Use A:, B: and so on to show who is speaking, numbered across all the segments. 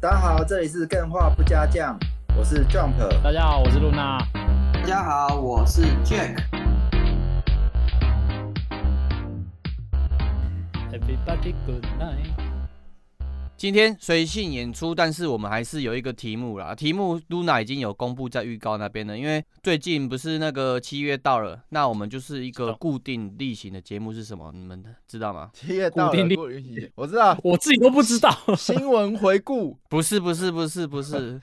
A: 大家好，这里是更画不加酱，我是 Jump。
B: 大家好，我是露娜。
C: 大家好，我是 Jack。
B: Everybody good night。
D: 今天随性演出，但是我们还是有一个题目啦。题目 Luna 已经有公布在预告那边了，因为最近不是那个七月到了，那我们就是一个固定例行的节目是什么？你们知道吗？
A: 七月到
B: 固定
A: 了，
B: 力
A: 过于喜我知道
B: 我自己都不知道。
A: 新闻 回顾，
D: 不是，不是，不是，不是。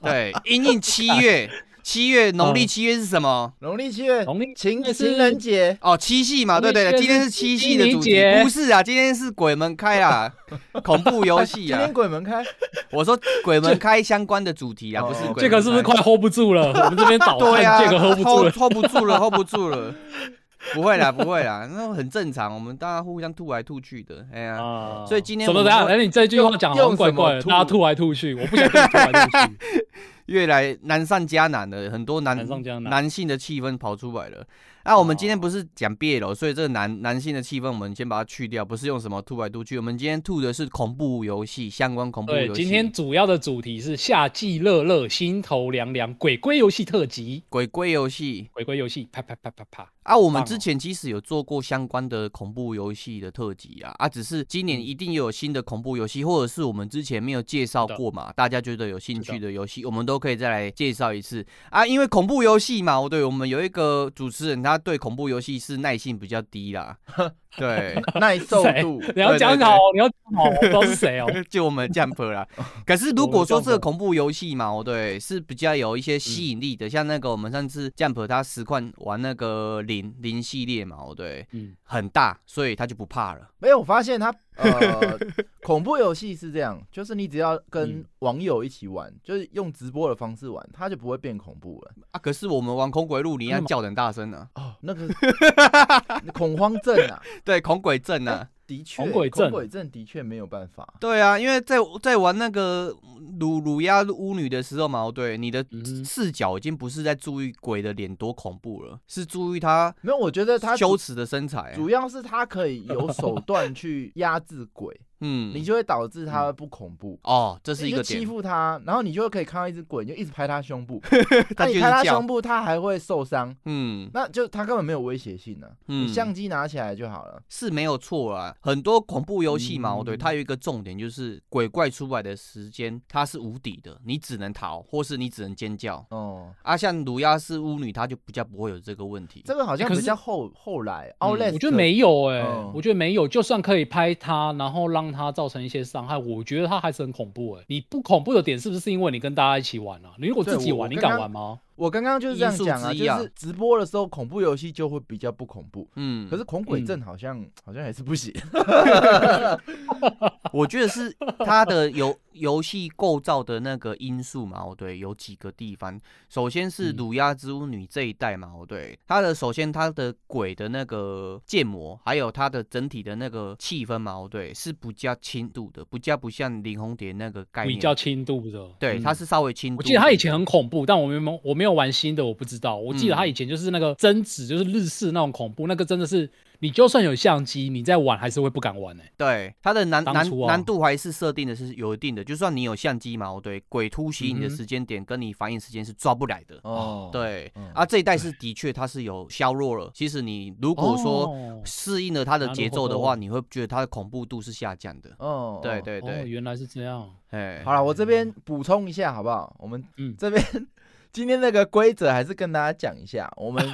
D: 对，因应七月，七月农历七月是什么？
A: 农历七月
B: 农历
A: 情
B: 那哎是
A: 情人节，
D: 哦，七夕嘛，对对对，
B: 农历七
D: 今
B: 月
D: 天
B: 是
D: 是七夕的主
B: 清明节
D: 题，不是啊，今天是鬼门开啦， 恐怖游戏
A: 哎今
D: 啊
A: 天，鬼门开，
D: 我说鬼门开相关的主题啊，
A: 哦
D: 不是鬼门开。
B: 杰克是不是快 hold 不住 了？我们这边倒
D: 对呀、
B: 看，
D: 啊，
B: 杰克 hold 不住了
D: hold。hold 不住了，hold 不住了。不会啦，不会啦，那很正常，我们大家互相吐来吐去的，哎呀、
B: 啊
D: 所以今天
B: 什么？
D: 我
B: 等
D: 们
B: 下，
D: 会
B: 哎，你这句话讲好像怪怪
A: 用
B: 的，
A: 什么吐
B: 大家吐来啊吐去，我不 想跟你吐来吐去。
D: 越来难上加难了，很多男
B: 难上加难
D: 男性的气氛跑出来了。啊那我们今天不是讲
B: 啊
D: BL，所以这个男男性的气氛我们先把它去掉，不是用什么吐来吐去，我们今天吐的是恐怖游戏相关恐怖
B: 对，
D: 游戏。
B: 今天主要的主题是夏季热热，心头凉凉，鬼鬼游戏特辑。
D: 鬼鬼游戏
B: 鬼鬼游戏，啪啪啪啪啪。
D: 啊，我
B: 棒
D: 们
B: 哦
D: 之前其实有做过相关的恐怖游戏的特辑啊，啊，只是
B: 嗯
D: 今年一定有新的恐怖游戏，或者是我们之前没有介绍过嘛，大家觉得有兴趣的游戏，我们都可以再来介绍一次啊。因为恐怖游戏嘛，我对我们有一个主持人，他对恐怖游戏是耐性比较 低啦，对，
A: 耐受度，
B: 你要讲好哦，你要讲好哦，不知道是谁哦。
D: 就我们 Jump 啦。可是如果说这个恐怖游戏嘛，哦对，是比较有一
B: 嗯
D: 些吸引力的，像那个我们上次 Jump 他实况玩那个零零系列嘛，哦对，
B: 嗯，
D: 很大，所以他就不怕了。
A: 没有，我发现它呃， 恐怖游戏是这样，就是你只要跟
B: 嗯
A: 网友一起玩，就是用直播的方式玩，它就不会变恐怖了。
D: 啊，可是我们玩恐鬼路，你要
B: 真的吗
D: 叫得很大声呢、
A: 哦，那个 恐慌症啊，
D: 对，恐鬼症呢、啊？
A: 的确，
B: 恐鬼症
A: 的确没有办法。
D: 对啊，因为在在玩那个鲁鲁亚巫女的时候嘛，哦对，你的
B: 嗯哼
D: 视角已经不是在注意鬼的脸多恐怖了，是注意他
A: 没有，我觉得它
D: 羞
A: 主
D: 耻的身材。啊
A: 主要是它可以有手段去压制鬼，
D: 嗯，
A: 你就会导致它不恐怖。
D: 哦，这是
A: 你
D: 一
A: 就
D: 个
A: 欺
D: 点，
A: 负它，然后你就可以看到一只鬼，你就一直拍它胸 部，那
D: 他就
A: 你
D: 是
A: 拍它
D: 叫
A: 胸，部，它还会受伤，
D: 嗯
A: 那就它根本没有威胁性呢、啊。你
D: 嗯，
A: 相机拿起来就好了。
D: 是没有错啦，很多恐怖游戏嘛，哦
B: 嗯
D: 对，它有一个重点就是鬼怪出来的时间它是无底的，你只能逃，或是你只能尖叫。
A: 哦，
D: 啊，像鲁亚式巫女，她就比较不会有这个问题。
A: 这个好像
B: 欸可
A: 比
B: 是嗯
A: 较后后来 o u t l e
B: 我觉得没有哎、
A: 嗯
B: 我觉得没有。就算可以拍他，然后让他造成一些伤害，我觉得他还是很恐怖哎、你不恐怖的点是不是因为你跟大家一起玩啊？你如果自己
A: 对我
B: 玩，你
A: 我刚
B: 敢
A: 刚
B: 玩吗？
A: 我刚刚就是这样讲啊，
D: 因素之一啊
A: 就是直播的时候恐怖游戏就会比较不恐怖，
D: 嗯，
A: 可
D: 是
A: 是恐鬼症好像、好像还是不行。
D: 我觉得是它的游游戏构造的那个因素嘛，哦对，有几个地方。首先是
B: 嗯
D: 鲁亚之巫女这一代嘛，哦对，它的首先它的鬼的那个建模，还有它的整体的那个气氛嘛，哦对，是比较轻度的，比较不像林红蝶那个概念。
B: 比较轻度的。嗯
D: 对，它是稍微轻度
B: 我
D: 的。
B: 记得他以前很恐怖，但我没有我没有玩新的，我不知道。我记得
D: 嗯
B: 他以前就是那个贞子，就是日式那种恐怖，那个真的是你就算有相机，你在玩还是会不敢玩哎、
D: 对它的难
B: 当
D: 难
B: 初哦
D: 难度还是设定的是有一定的，就算你有相机嘛，哦对，鬼突袭你的
B: 嗯哼
D: 时间点跟你反应时间是抓不来的。
A: 哦，
D: 对、
A: 嗯
D: 啊，这一代是的确它是有削弱了。其实你如果说
B: 哦
D: 适应了它的节奏的
B: なるほ
D: 话，
B: ど
D: 你会觉得它的恐怖度是下降的。
A: 哦，
D: 对
A: 哦。
D: 对
B: 哦，
D: 对，
B: 原来是这样。
D: 哎、
A: 好了，我这边补充一下好不好？我们
B: 嗯
A: 这边今天那个规则还是跟大家讲一下，我 们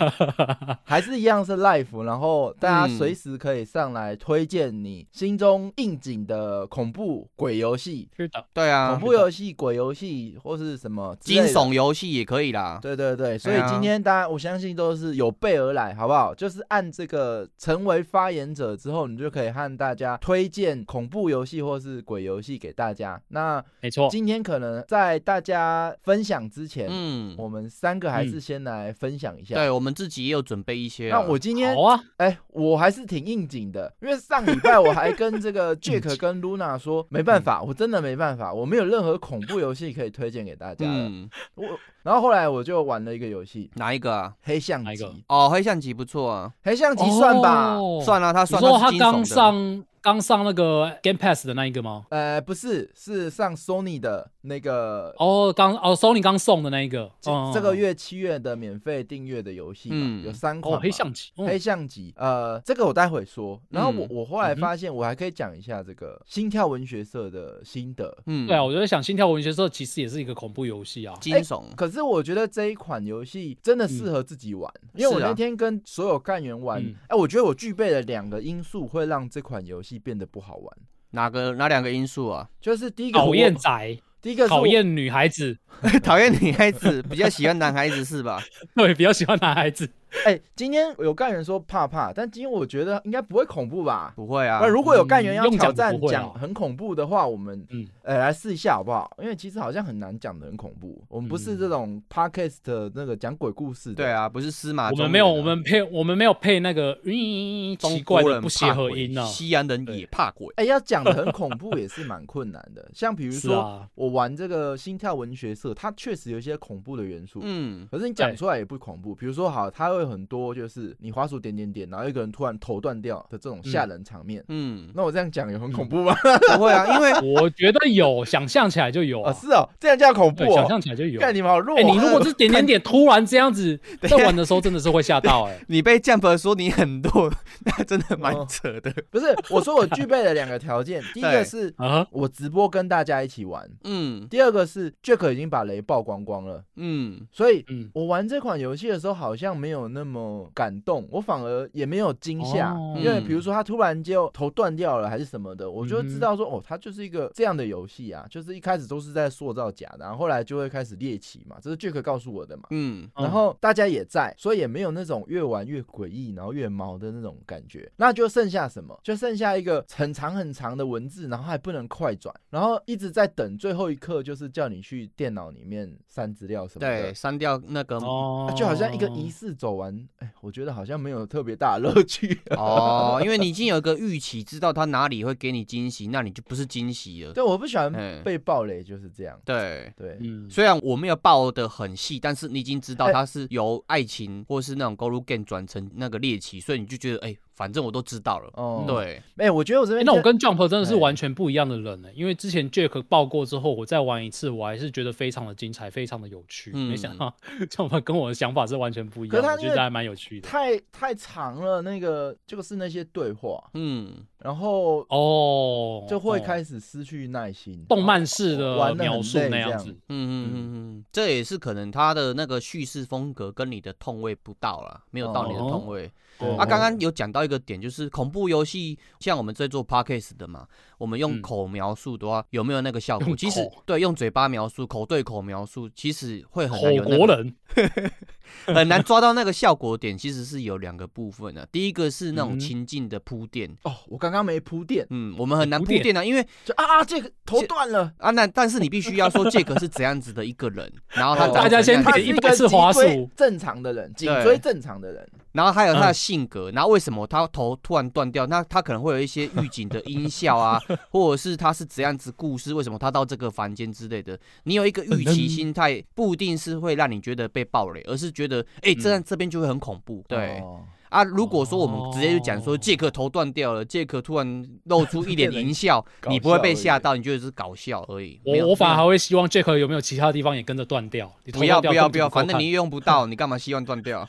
A: 还是一样是 live，然后大家
D: 嗯
A: 随时可以上来推荐你心中应景的恐怖鬼游戏、
B: 是的，
D: 对啊，
A: 恐怖游戏、鬼游戏或是什么之类
D: 惊
A: 的。
D: 悚游戏也可以啦。
A: 对对对，
B: 哎
A: 所以
D: 对啊
A: 今天大家我相信都是有备而来，好不好？就是按这个成为发言者之后，你就可以和大家推荐恐怖游戏或是鬼游戏给大家。那
B: 没错。
A: 今天可能在大家分享之前，
D: 嗯，
A: 我们三个还是
B: 嗯
A: 先来分享一下。
D: 哎对，我们自己也有准备一些啊。
A: 那我今天
B: 好啊，
A: 哎、我还是挺应景的，因为上礼拜我还跟这个
D: 嗯
A: Jack 跟 Luna 说，没办法，我真的没办法，我没有任何恐怖游戏可以推荐给大家了。
D: 嗯，
A: 我然后后来我就玩了一个游戏，
D: 哪一个啊？
A: 黑象
B: 哪一个
A: 棋，
D: 哦，黑象棋不错啊，
A: 黑象棋算吧，
B: 哦
D: 算了、它啊
B: 你
D: 算
B: 说
D: 它
B: 他
D: 是惊悚
B: 刚
D: 的。
B: 上刚上那个 Game Pass 的那一个吗？
A: 呃，不是，是上 Sony 的那个
B: 哦，刚哦，Sony 刚送的那一个，
A: 这
B: 嗯
A: 这个月七月的免费订阅的游戏嘛，
D: 嗯
A: 有三款
B: 哦，
A: 嘛、
B: 黑象棋，嗯
A: 黑象棋，呃，这个我待会说。然后我、
D: 嗯
A: 我后来
B: 嗯哼
A: 发现，我还可以讲一下这个心跳文学社的心得。
D: 嗯，
B: 对啊，，我觉得想心跳文学社其实也是一个恐怖游戏啊，
D: 惊悚，
A: 哎可是我觉得这一款游戏真的适合自己玩，因为我
D: 是啊
A: 那天跟所有干员玩，哎、
B: 嗯
A: 我觉得我具备了两个因素会让这款游戏变得不好玩，
D: 哪个哪两个因素啊？
A: 就是第一个我
B: 讨厌，宅，
A: 第一个是我
B: 讨，厌女孩子，
D: 讨厌女孩子， 比较喜欢男孩子是吧？
B: 对，比较喜欢男孩子。
A: 哎、今天有干员说怕怕，但今天我觉得应该不会恐怖吧？
D: 不会啊
A: 那，如果有干员
B: 嗯
A: 要
B: 用讲
A: 挑
B: 不
A: 战
B: 会啊
A: 讲很恐怖的话，我们
B: 嗯
A: 呃来试一下好不好？因为其实好像很难讲的很恐怖，我们不是这种 podcast 的那个讲鬼故事的。
D: 嗯对，啊，不是司
B: 哎
D: 马
B: 我
D: 中原啊，
B: 们没有，我们配我们没有配那个嗯
D: 中
B: 奇怪
D: 国
B: 的
D: 人
B: 不
D: 怕
B: 协和
D: 鬼
B: 音啊呢、
D: 西安人也怕鬼。
A: 哎、要讲的很恐怖 也是蛮困难的。像比如
B: 是
A: 说、
B: 啊，
A: 我玩这个心跳文学社，它确实有一些恐怖的元素。
D: 嗯，
A: 可是你讲出来也不恐怖，比如说好，它会有很多就是你滑鼠点点点，然后一个人突然头断掉的这种吓人场面。
D: 嗯，
A: 那我这样讲也很恐怖吗？
D: 不会啊，因为
B: 我觉得有，想象起来就有、
A: 啊，
B: 啊，
A: 是哦，这样叫恐 怖
B: 对，
A: 哦
B: 想。象起来就有。
A: 看你们好弱、哦
B: 哎、你如 果是点点点，突然这样子在玩的时候，真的是会吓到 哎、
D: 你被 Jump 说你很弱，那真的蛮扯的。
A: 哦不是，我说我具备了两个 条件，第一个
D: 对
A: 是
B: 啊，
A: 我直播跟大家一起玩，
D: 嗯
A: 第二个是 Jack 已经把雷曝光光了，
D: 嗯，
A: 所以
B: 嗯，
A: 我玩这款游戏的时候好像没有那么感动，我反而也没有惊吓，
B: 哦
D: 嗯
A: 因为比如说他突然就头断掉了还是什么的，我就
B: 嗯哼
A: 知道说哦，它就是一个这样的游戏啊，就是一开始都是在塑造假的，然后后来就会开始猎奇嘛，这是 Jack 告诉我的嘛。
D: 嗯，
A: 然后大家也在，所以也没有那种越玩越诡异，然后越毛的那种感觉。那就剩下什么？就剩下一个很长很长的文字，然后还不能快转，然后一直在等最后一刻，就是叫你去电脑里面删资料什么的
D: 对，。删掉那个
B: 哦、
A: 啊就好像一个仪 式走完，哎，我觉得好像没有特别大的乐趣。
D: 哦，因为你已经有一个预期，知道他哪里会给你惊喜，那你就不是惊喜了。
A: 对，我不喜欢
D: 嗯
A: 被暴雷，就是这样。
D: 对，
A: 对，
B: 嗯，
D: 虽然我没有爆的很细，但是你已经知道
A: 哎
D: 它是由爱情或是那种 Go Game 转成那个猎奇，所以你就觉得哎、反正我都知道了。
A: 哦，
D: 对，
A: 哎，我觉得我这
B: 欸
A: 边
B: 嗯那我
A: 真
B: 跟 Jump 真的是
A: 哎
B: 完全不一样的人呢、哎因为之前 Jack 爆过之后，我再玩一次，我还是觉得非常的精彩，非常的有趣。
D: 嗯
B: 没想到 Jump 跟我的想法是完全不一
A: 可是
B: 样，
A: 他
B: 我觉
A: 那
B: 得
A: 个
B: 还蛮有趣的。
A: 太太长了，那个就是那些对话，
D: 嗯，
A: 然后
B: 哦，
A: 就会
B: 哦
A: 开始失去耐心。
B: 动
D: 啊
B: 漫式的
A: 玩得很
B: 描述
A: 累
B: 那
A: 这
B: 样
A: 样
B: 子。
D: 嗯嗯嗯嗯，这也是可能他的那个叙事风格跟你的痛位不到啦，没有到
B: 哦
D: 你的痛位。
A: 对
D: 啊，刚刚有讲到一个点，就是恐怖游戏，像我们在做 podcast 的嘛，我们用
B: 嗯
D: 口描述的话，有没有那个效果？
B: 用
D: 其实
B: 口
D: 对，用嘴巴描述，口对口描述，其实会很难
B: 口
D: 有那
B: 国
D: 个
B: 人，
D: 很难抓到那个效果点。其实是有两个部分的、第一个是
B: 嗯
D: 那种
B: 哼
D: 情境的铺垫，
A: 哦，我刚刚没铺垫，
D: 嗯，我们很难
B: 铺
D: 铺
B: 垫
D: 垫啊，因为
A: 就啊啊，这个头断了。
D: 啊，那但是你必须要说杰克是怎样子的一个 人，然后他
A: 哦
D: 长
B: 大家
D: 怎
B: 先
D: 样
A: 他
B: 点
A: 是一
D: 子
B: 一
A: 个
B: 百次
A: 脊
B: 滑
A: 椎
B: 鼠
A: 正常的人，颈
D: 对
A: 椎正常的人，
D: 然后还有他的
B: 嗯
D: 性格，然后为什么他头突然断掉？那他可能会有一些预警的音 效啊，或者是他是怎样子故事？为什么他到这个房间之类的？你有一个预期心态，不一定是会让你觉得被暴雷，而是觉得哎、这样这边就会很恐怖。对、
A: 嗯哦
D: 啊，如果说我们直接就讲说
B: 哦
D: 杰克头断掉了，杰克突然露出 一脸
A: 变成
D: 淫笑，
A: 搞
D: 你不会
A: 笑而
D: 被
A: 已
D: 吓到，你觉得是搞笑而已。没有
B: 我我反而
D: 没有
B: 还会希望 Jack 有没有其他地方也跟着断掉。你
D: 不要
B: 头断掉根本
D: 不要不
B: 就
D: 要，
B: 够
D: 反正
B: 看
D: 你用 不到，你干嘛希望断掉？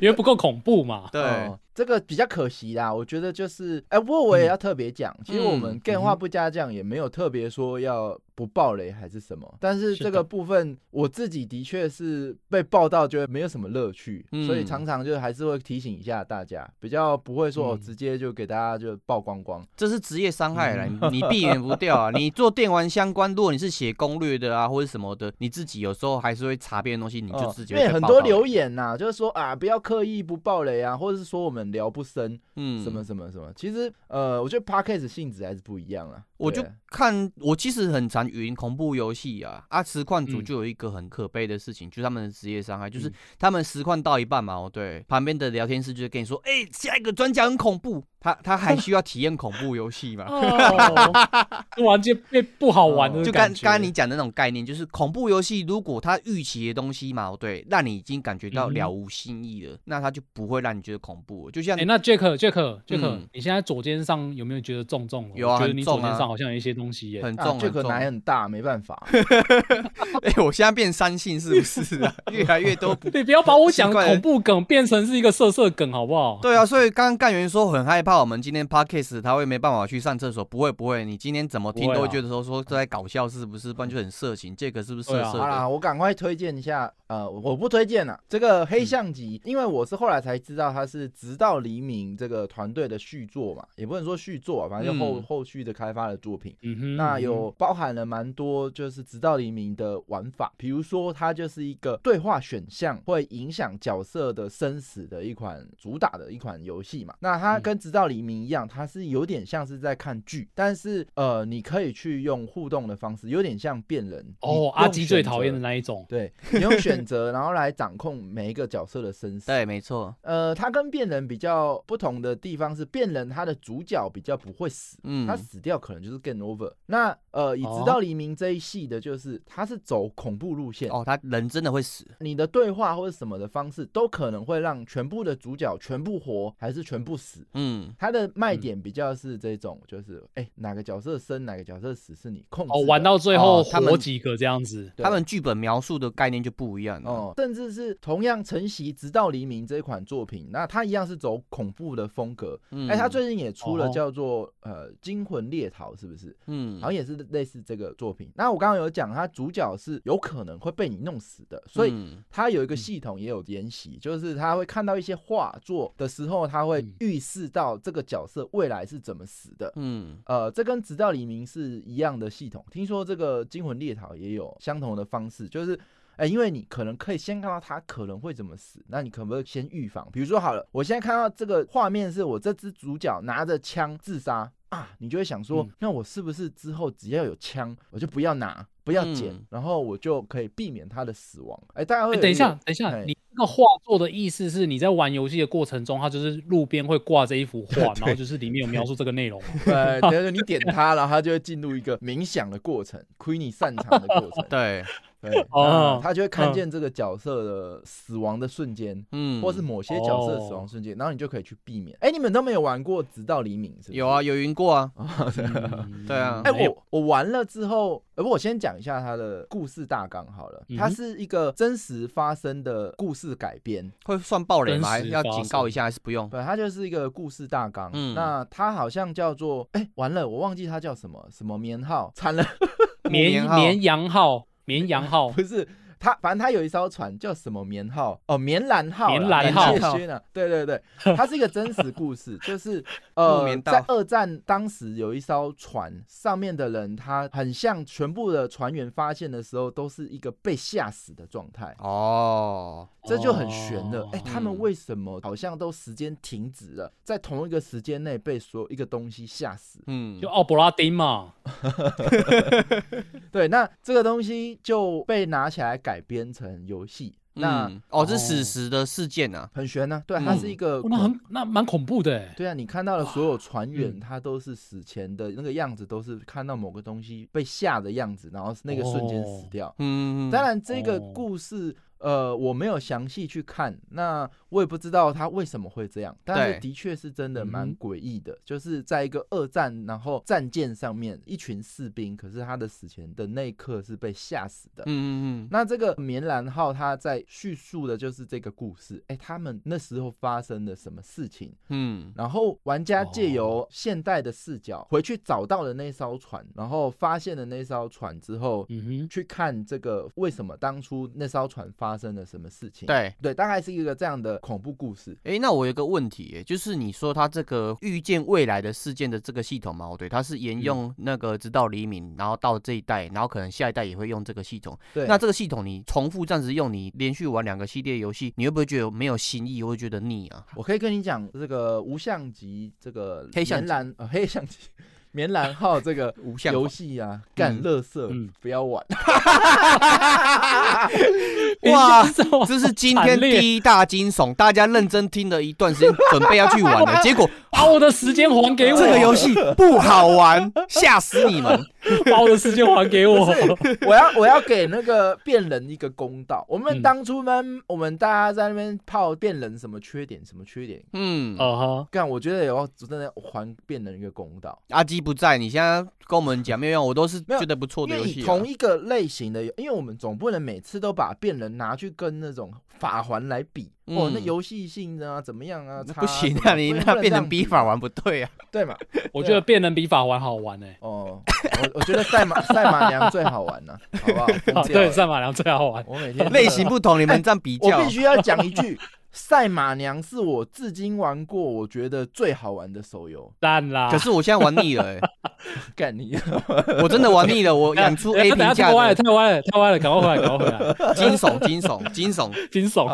B: 因为不够恐怖嘛。
D: 对，
A: 哦，这个比较可惜啦。我觉得就是，哎、不过我也要特别讲，其实我们
D: 嗯
A: 电话不加酱也没有特别说要不爆雷还是什么，但是
B: 是
A: 这
B: 的
A: 个部分我自己的确是被爆到，觉得没有什么乐趣，
D: 嗯
A: 所以常常就还是会提醒一下大家，比较不会说、哦
B: 嗯
A: 直接就给大家就爆光光。
D: 这是职业伤害啦，
B: 嗯
D: 你你避免不 掉啊。你做电玩相关，如果你是写攻略的啊，或者什么的，你自己有时候还是会查别的东西，你就
A: 哦
D: 自己
A: 因
D: 会
A: 为
D: 被
A: 很
D: 报
A: 多
D: 道
A: 留言呐、就是说啊，不要刻意不爆雷啊，或者是说我们聊不深，
D: 嗯
A: 什么。什么什么。其实呃，我觉得 podcast 性质还是不一样啦。
D: 我就
A: 对
D: 看，我其实很常云恐怖游戏啊，啊，实况组
B: 嗯
D: 就有一个很可悲的事情，就是他们的职业伤害，就是他们实况到一半嘛，哦，对，旁边的聊天室就会跟你说，哎、下一个专家很恐怖，他他还需要体验恐怖游戏吗？
B: 哦，完全被不好玩的
A: 哦
D: 就刚
B: 感
D: 刚
B: 觉
D: 刚你讲的那种概念，就是恐怖游戏，如果它哦预期的东西嘛，对，让你已经感觉到
B: 嗯哼
D: 了无新意了，那它就不会让你觉得恐怖了。就像
B: 哎、那 Jack Jack Jack，、
D: 嗯
B: 你现在左肩上有没有觉得重重的？
D: 有啊
B: 我觉得
D: 很
B: 你左
D: 重
B: 肩
D: 啊
B: 上好像有一些东西耶、
D: 很
A: 啊
D: 重
A: 这
D: 很
A: 个
D: 重，
A: 奶很大，没办法。
D: 哎、我现在变三性是不是 啊？越来越多不
B: 你不要把我讲
D: 奇怪的
B: 恐怖梗变成是一个色色梗好不好？
D: 对啊，所以刚刚干员说很害怕我们今天 podcast 他会没办法去上厕所，不会不会，你今天怎么听
B: 不会啊
D: 都会觉得说说这在搞笑是不是？不然就很色情，这个是不是色
B: 对啊
D: 色
A: 好
D: 的？
A: 啦，我赶快推荐一下，呃，我不推荐了。这个黑象集，因为我是后来才知道它是《直到黎明》这个团队的续作嘛，也不能说续作啊，反正就后、
D: 嗯
A: 后续的开发的作品。
B: 嗯哼，
A: 那
B: 嗯
A: 有包含了蛮多，就是直到黎明的玩法，比如说它就是一个对话选项会影响角色的生死的一款主打的一款游戏嘛。那它
B: 嗯
A: 跟直到黎明一样，它是有点像是在看剧，但是呃，你可以去用互动的方式，有点像变人你
B: 哦
A: 用，
B: 阿基最
A: 选择
B: 讨厌的那一种，
A: 对， 你用选择，然后来掌控每一个角色的生死。
D: 对，没错，
A: 呃，它跟变人比较不同的地方是，变人它的主角比较不会死，
D: 嗯
A: 他死掉可能就是 game over。那呃，以直到黎明这一系的，就是它是走恐怖路线，
D: 哦，他人真的会死，
A: 你的对话或者什么的方式，都可能会让全部的主角全部活，还是全部死。
D: 嗯，
A: 它的卖点比较是这种，就是哎、哪个角色生，哪个角色死是你控制的。
B: 哦，玩到最后
D: 哦他们
B: 活几个这样子，
A: 对
D: 他们剧本描述的概念就不一样了。
A: 哦，甚至是同样承袭《直到黎明》这一款作品，那它一样是走恐怖的风格。
D: 嗯
A: 哎、它最近也出了
B: 哦
A: 叫做、呃《惊魂猎逃》，是不是？
D: 嗯
A: 好像也是类似这个作品。那我刚刚有讲，它主角是有可能会被你弄死的，所以
D: 嗯
A: 它有一个系统也有沿袭，就是他会看到一些画作的时候，他会
B: 嗯
A: 预示到这个角色未来是怎么死的。
D: 嗯
A: 呃，这跟《直到黎明》是一样的系统。听说这个《惊魂猎逃》也有相同的方式，就是，哎、因为你可能可以先看到他可能会怎么死，那你可不可以先预防？比如说，好了，我现在看到这个画面是我这只主角拿着枪自杀啊，你就会想说，
B: 嗯
A: 那我是不是之后只要有枪，我就不要拿，不要捡，
D: 嗯
A: 然后我就可以避免他的死亡？哎、大家会、
B: 哎等一下，，等一下
A: 哎，
B: 你那个画作的意思是你在玩游戏的过程中，它就是路边会挂着一幅 画，然后就是里面有描述这个内容吗。
A: 呃， 等一下你点他，然后他就会进入一个冥想的过程亏你擅长的过程。
D: 对，
A: 对，
B: 哦
A: 那他就会看
B: 嗯
A: 见这个角色的死亡的瞬间，
D: 嗯，
A: 或是某些角色的死
B: 哦
A: 亡瞬间，然后你就可以去避免。哎，你们都没有玩过《直到黎明》是不是？
D: 有啊，。有云过啊，
B: 嗯
D: 对啊
A: 哎，
B: 没有
A: 我我玩了之后，呃，不，我先讲一下它的故事大纲好了。
B: 嗯哼
A: 它是一个真实发生的故事改编，
D: 会算暴雷吗？
B: 真实
D: 要
B: 发
D: 警告一
B: 生
D: 下还是不用？
A: 对，它就是一个故事大纲。
D: 嗯
A: 那它好像叫做，哎，完了，我忘记它叫什么什么棉号，惨了，
B: 绵
D: 绵号
B: 绵羊号，绵羊号，
A: 不是。它反正它有一艘船叫什么棉号哦，棉兰号啦，
B: 棉兰号
A: 感谢轩啊，对 对对，它是一个真实故事，就是
D: 木
A: 呃
D: 棉，道
A: 在二战当时有一艘船上面的人，他很像全部的船员发现的时候都是一个被吓死的状态，
D: 哦，
A: 这就很悬了
B: 哦。
A: 哎、他们
D: 嗯
A: 为什么好像都时间停止了，在同一个时间内被所有一个东西吓死？
D: 嗯，
B: 就奥布拉丁嘛，
A: 对，那这个东西就被拿起来改编成游戏，那
D: 嗯哦，这是史
B: 哦
D: 实的事件啊，
A: 很悬呢、对，它是一个、
B: 哦那很那蛮恐怖的欸。
A: 对啊，你看到的所有船员，
B: 嗯
A: 他都是死前的那个样子，都是看到某个东西被吓的样子，然后那个瞬间死
B: 哦
A: 掉。
D: 嗯，
A: 当然，这个
B: 哦
A: 故事。呃，我没有详细去看，那我也不知道他为什么会这样，但是
D: 对
A: 的确是真的蛮
B: 嗯
A: 诡异的，就是在一个二战，然后战舰上面一群士兵，可是他的死前的那一刻是被吓死的，
D: 嗯嗯嗯，
A: 那这个棉兰号，它在叙述的就是这个故事。哎、他们那时候发生了什么事情？
D: 嗯，哦
A: 然后玩家借由现代的视角回去找到了那艘船，然后发现了那艘船之后，
B: 嗯哼，
A: 去看这个为什么当初那艘船发生了什么事情。
D: 对。
A: 对，大概是一个这样的恐怖故事。
D: 哎，那我有一个问题耶，就是你说它这个预见未来的事件的这个系统嘛，哦对，它是沿
B: 嗯
D: 用那个直到黎明，然后到这一代，然后可能下一代也会用这个系统。
A: 对，
D: 那这个系统你重复这样子用，你连续玩两个系列游戏，你会不会觉得没有新意，会觉得腻 啊？
A: 我可以跟你讲，这个无相机，这个
D: 黑相
A: 棉 兰呃黑相机。棉兰号这个
D: 无相嗯
A: 游
D: 框
A: 戏啊，干乐色
B: 嗯
A: 不要玩。
D: 哇，
B: 这么
D: 这是今天第一大惊悚，大家认真听了一段时间，准备要去 玩了，结果
B: 把我的时间还给我，
D: 这个游戏不好玩，吓 死你们！
B: 把我的时间还给我
A: 不。是，我要我要给那个变人一个公道。我们
B: 嗯
A: 当初呢，我们大家在那边泡变人什么缺点什么缺点，
D: 嗯，
B: 哦
A: 干，我觉得也要真的还变人一个公道。
D: 阿基不在，你现在跟我们讲没有用，我都是
A: 没有
D: 觉得不错
A: 因
D: 的
A: 为
D: 游
A: 你
D: 戏啊。
A: 同一个类型的游，因为我们总不能每次都把变人拿去跟那种法环来比，
D: 嗯
A: 哦，那游戏性啊怎么样啊？
D: 那
A: 差
D: 不行
A: 什
D: 啊，
A: 么
D: 你
A: 不能
D: 那
A: 不能
D: 变
A: 这
D: 成
A: 样
D: 比法玩不对啊。
A: 对嘛？
B: 哈，我觉得变人比法玩好玩哎。
A: 哦，我我觉得赛马赛马娘最好玩了，好不好？
B: 啊
A: 疯掉
D: 欸
B: 对，
A: 了！
B: 赛马娘最好玩。哎
A: 我 每天
D: 类型不同，你们这样比
A: 哎我
D: 较
A: 必，须要讲一句，《赛马娘》是我至今玩过我觉得最好玩的手游。
B: 烂啦！
D: 可是我现在玩腻了，欸
A: 干你！
D: 我真的玩腻了，我养出
B: 哎
D: A
B: 等下
D: 评
B: 这
D: 价
B: 个歪了，
D: 的
B: 太歪了，太歪了，赶快回来，赶快回来，
D: 惊悚，惊悚，惊悚。
B: 惊悚。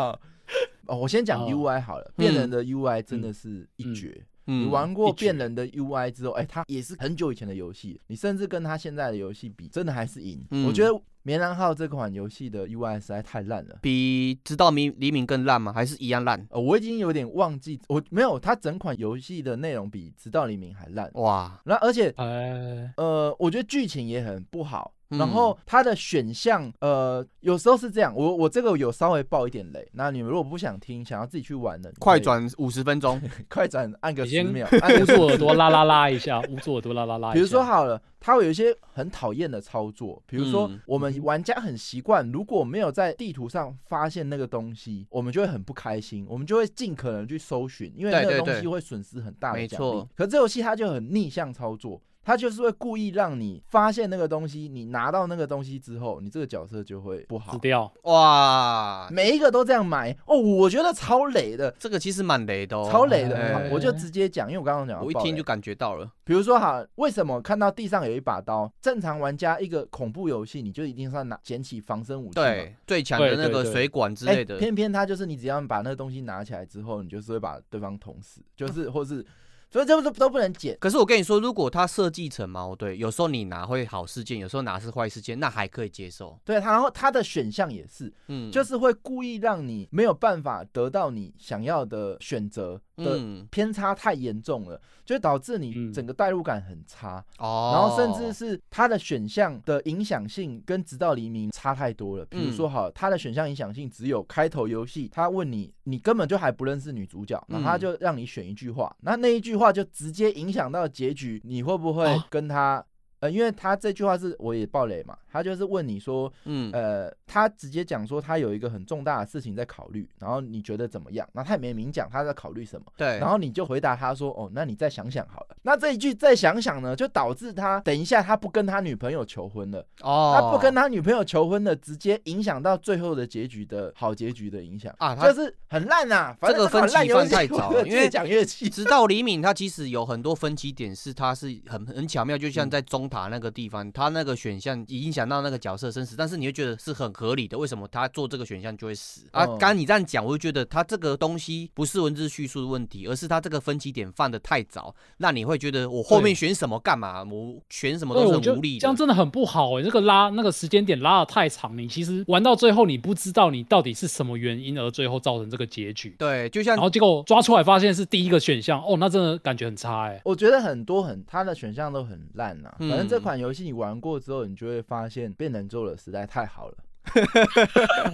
A: 哦，我先讲
B: 哦
A: UI 好了，变人的 UI 真的是一绝。你
D: 嗯，
A: 玩过
B: 一绝
A: 变人的 UI 之后，哎，它也是很久以前的游戏，你甚至跟它现在的游戏比，真的还是赢。
D: 嗯
A: 我觉得《棉兰号》这款游戏的 UI 实在太烂了。
D: 比知道明黎明更烂吗？还是一样烂？哦
A: 呃，我已经有点忘记，我没有，它整款游戏的内容比《直到黎明》还烂。
D: 哇，
A: 那而且
B: 哎，
A: 呃，我觉得剧情也很不好，
D: 嗯
A: 然后它的选项，呃，有时候是这样，我我这个有稍微爆一点雷，那你们如果不想听，想要自己去玩的，你可以
D: 快转五十分钟，
A: 快转按个
B: 你
A: 十
B: 先
A: 秒，按
B: 捂
A: 个
B: 住
A: 10
B: 耳朵拉拉拉一下，捂住耳朵拉拉拉一下。
A: 比如说好了，它会有一些很讨厌的操作，比如说
D: 嗯
A: 我们玩家很习惯，如果没有在地图上发现那个东西，我们就会很不开心，我们就会尽可能去搜寻，因为
D: 对
A: 那个
D: 对
A: 东西
D: 对
A: 会损失很大的
D: 没
A: 奖
D: 错
A: 励。可这游戏它就很逆向操作。它就是会故意让你发现那个东西，你拿到那个东西之后，你这个角色就会不
B: 死
A: 好。
B: 掉，
D: 哇，
A: 每一个都这样买哦，我觉得超累的，
D: 这个其实蛮雷的哦，
A: 超累的。
D: 哎
A: 好我就直接讲，因为我刚刚讲要
D: 我一
A: 爆
D: 听
A: 雷
D: 就感觉到了。
A: 比如说哈，为什么看到地上有一把刀？正常玩家一个恐怖游戏，你就一定是要拿捡起防身武器嘛。
D: 对，最强的
B: 对
D: 那
B: 对
D: 个
B: 对
D: 水管之
A: 哎，
D: 类的，
A: 偏偏他就是你只要把那个东西拿起来之后，你就是会把对方捅死，就是或是，所以这都都不能捡。
D: 可是我跟你说，如果它设计成矛盾，有时候你拿会好事件，有时候拿是坏事件，那还可以接受。
A: 对，然后他的选项也是，
D: 嗯，
A: 就是会故意让你没有办法得到你想要的选择的
D: 嗯
A: 偏差太严重了，就导致你
B: 嗯
A: 整个代入感很差。
D: 哦，
A: 然后甚至是它的选项的影响性跟直到黎明差太多了。比如说，好，它的选项影响性只有开头游戏，他问你，你根本就还不认识女主角，然后他
D: 嗯
A: 就让你选一句话，那那一句话就直接影响到结局，你会 不会
B: 啊
A: 跟他？呃，因为他这句话是我也爆雷嘛，他就是问你说，
D: 嗯
A: 呃，他直接讲说他有一个很重大的事情在考虑，然后你觉得怎么样？那他也没明讲他在考虑什么。
D: 对，
A: 然后你就回答他说：“哦，那你再想想好了。”那这一句再想想呢，就导致他等一下他不跟他女朋友求婚了。
D: 哦，
A: 他不跟他女朋友求婚了，直接影响到最后的结局的好结局的影响
D: 啊他
A: 就是很烂啊。反正
D: 这个分
A: 很烂
D: 歧
A: 游
D: 犯
A: 戏
D: 太早
A: 我
D: 了
A: 就
D: 因为
A: 越讲越气。
D: 直到黎明，他其实有很多分歧点，是他是很很巧妙，就
A: 嗯
D: 像在中塔那个地方，他那个选项影响到那个角色生死，但是你会觉得是很合理的，为什么他做这个选项就会死啊？
A: 嗯
D: 刚刚你这样讲，我就觉得他这个东西不是文字叙述的问题，而是他这个分歧点放的太早，让你会觉得我后面
B: 对
D: 选什么干嘛，我选什么
B: 对，
D: 都
B: 我
D: 是
B: 觉
D: 很无
B: 得
D: 力
B: 这样
D: 的。
B: 真的很不好哎、这个拉那个时间点拉的太长，你其实玩到最后，你不知道你到底是什么原因而最后造成这个结局，
D: 对，就像
B: 然后结果抓出来发现是第一个选项，哦，那真的感觉很差哎、
A: 我觉得很多很他的选项都很烂啊。反正这
D: 嗯
A: 款游戏你玩过之后，你就会发现变人做的实在太好 了。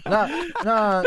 A: 那那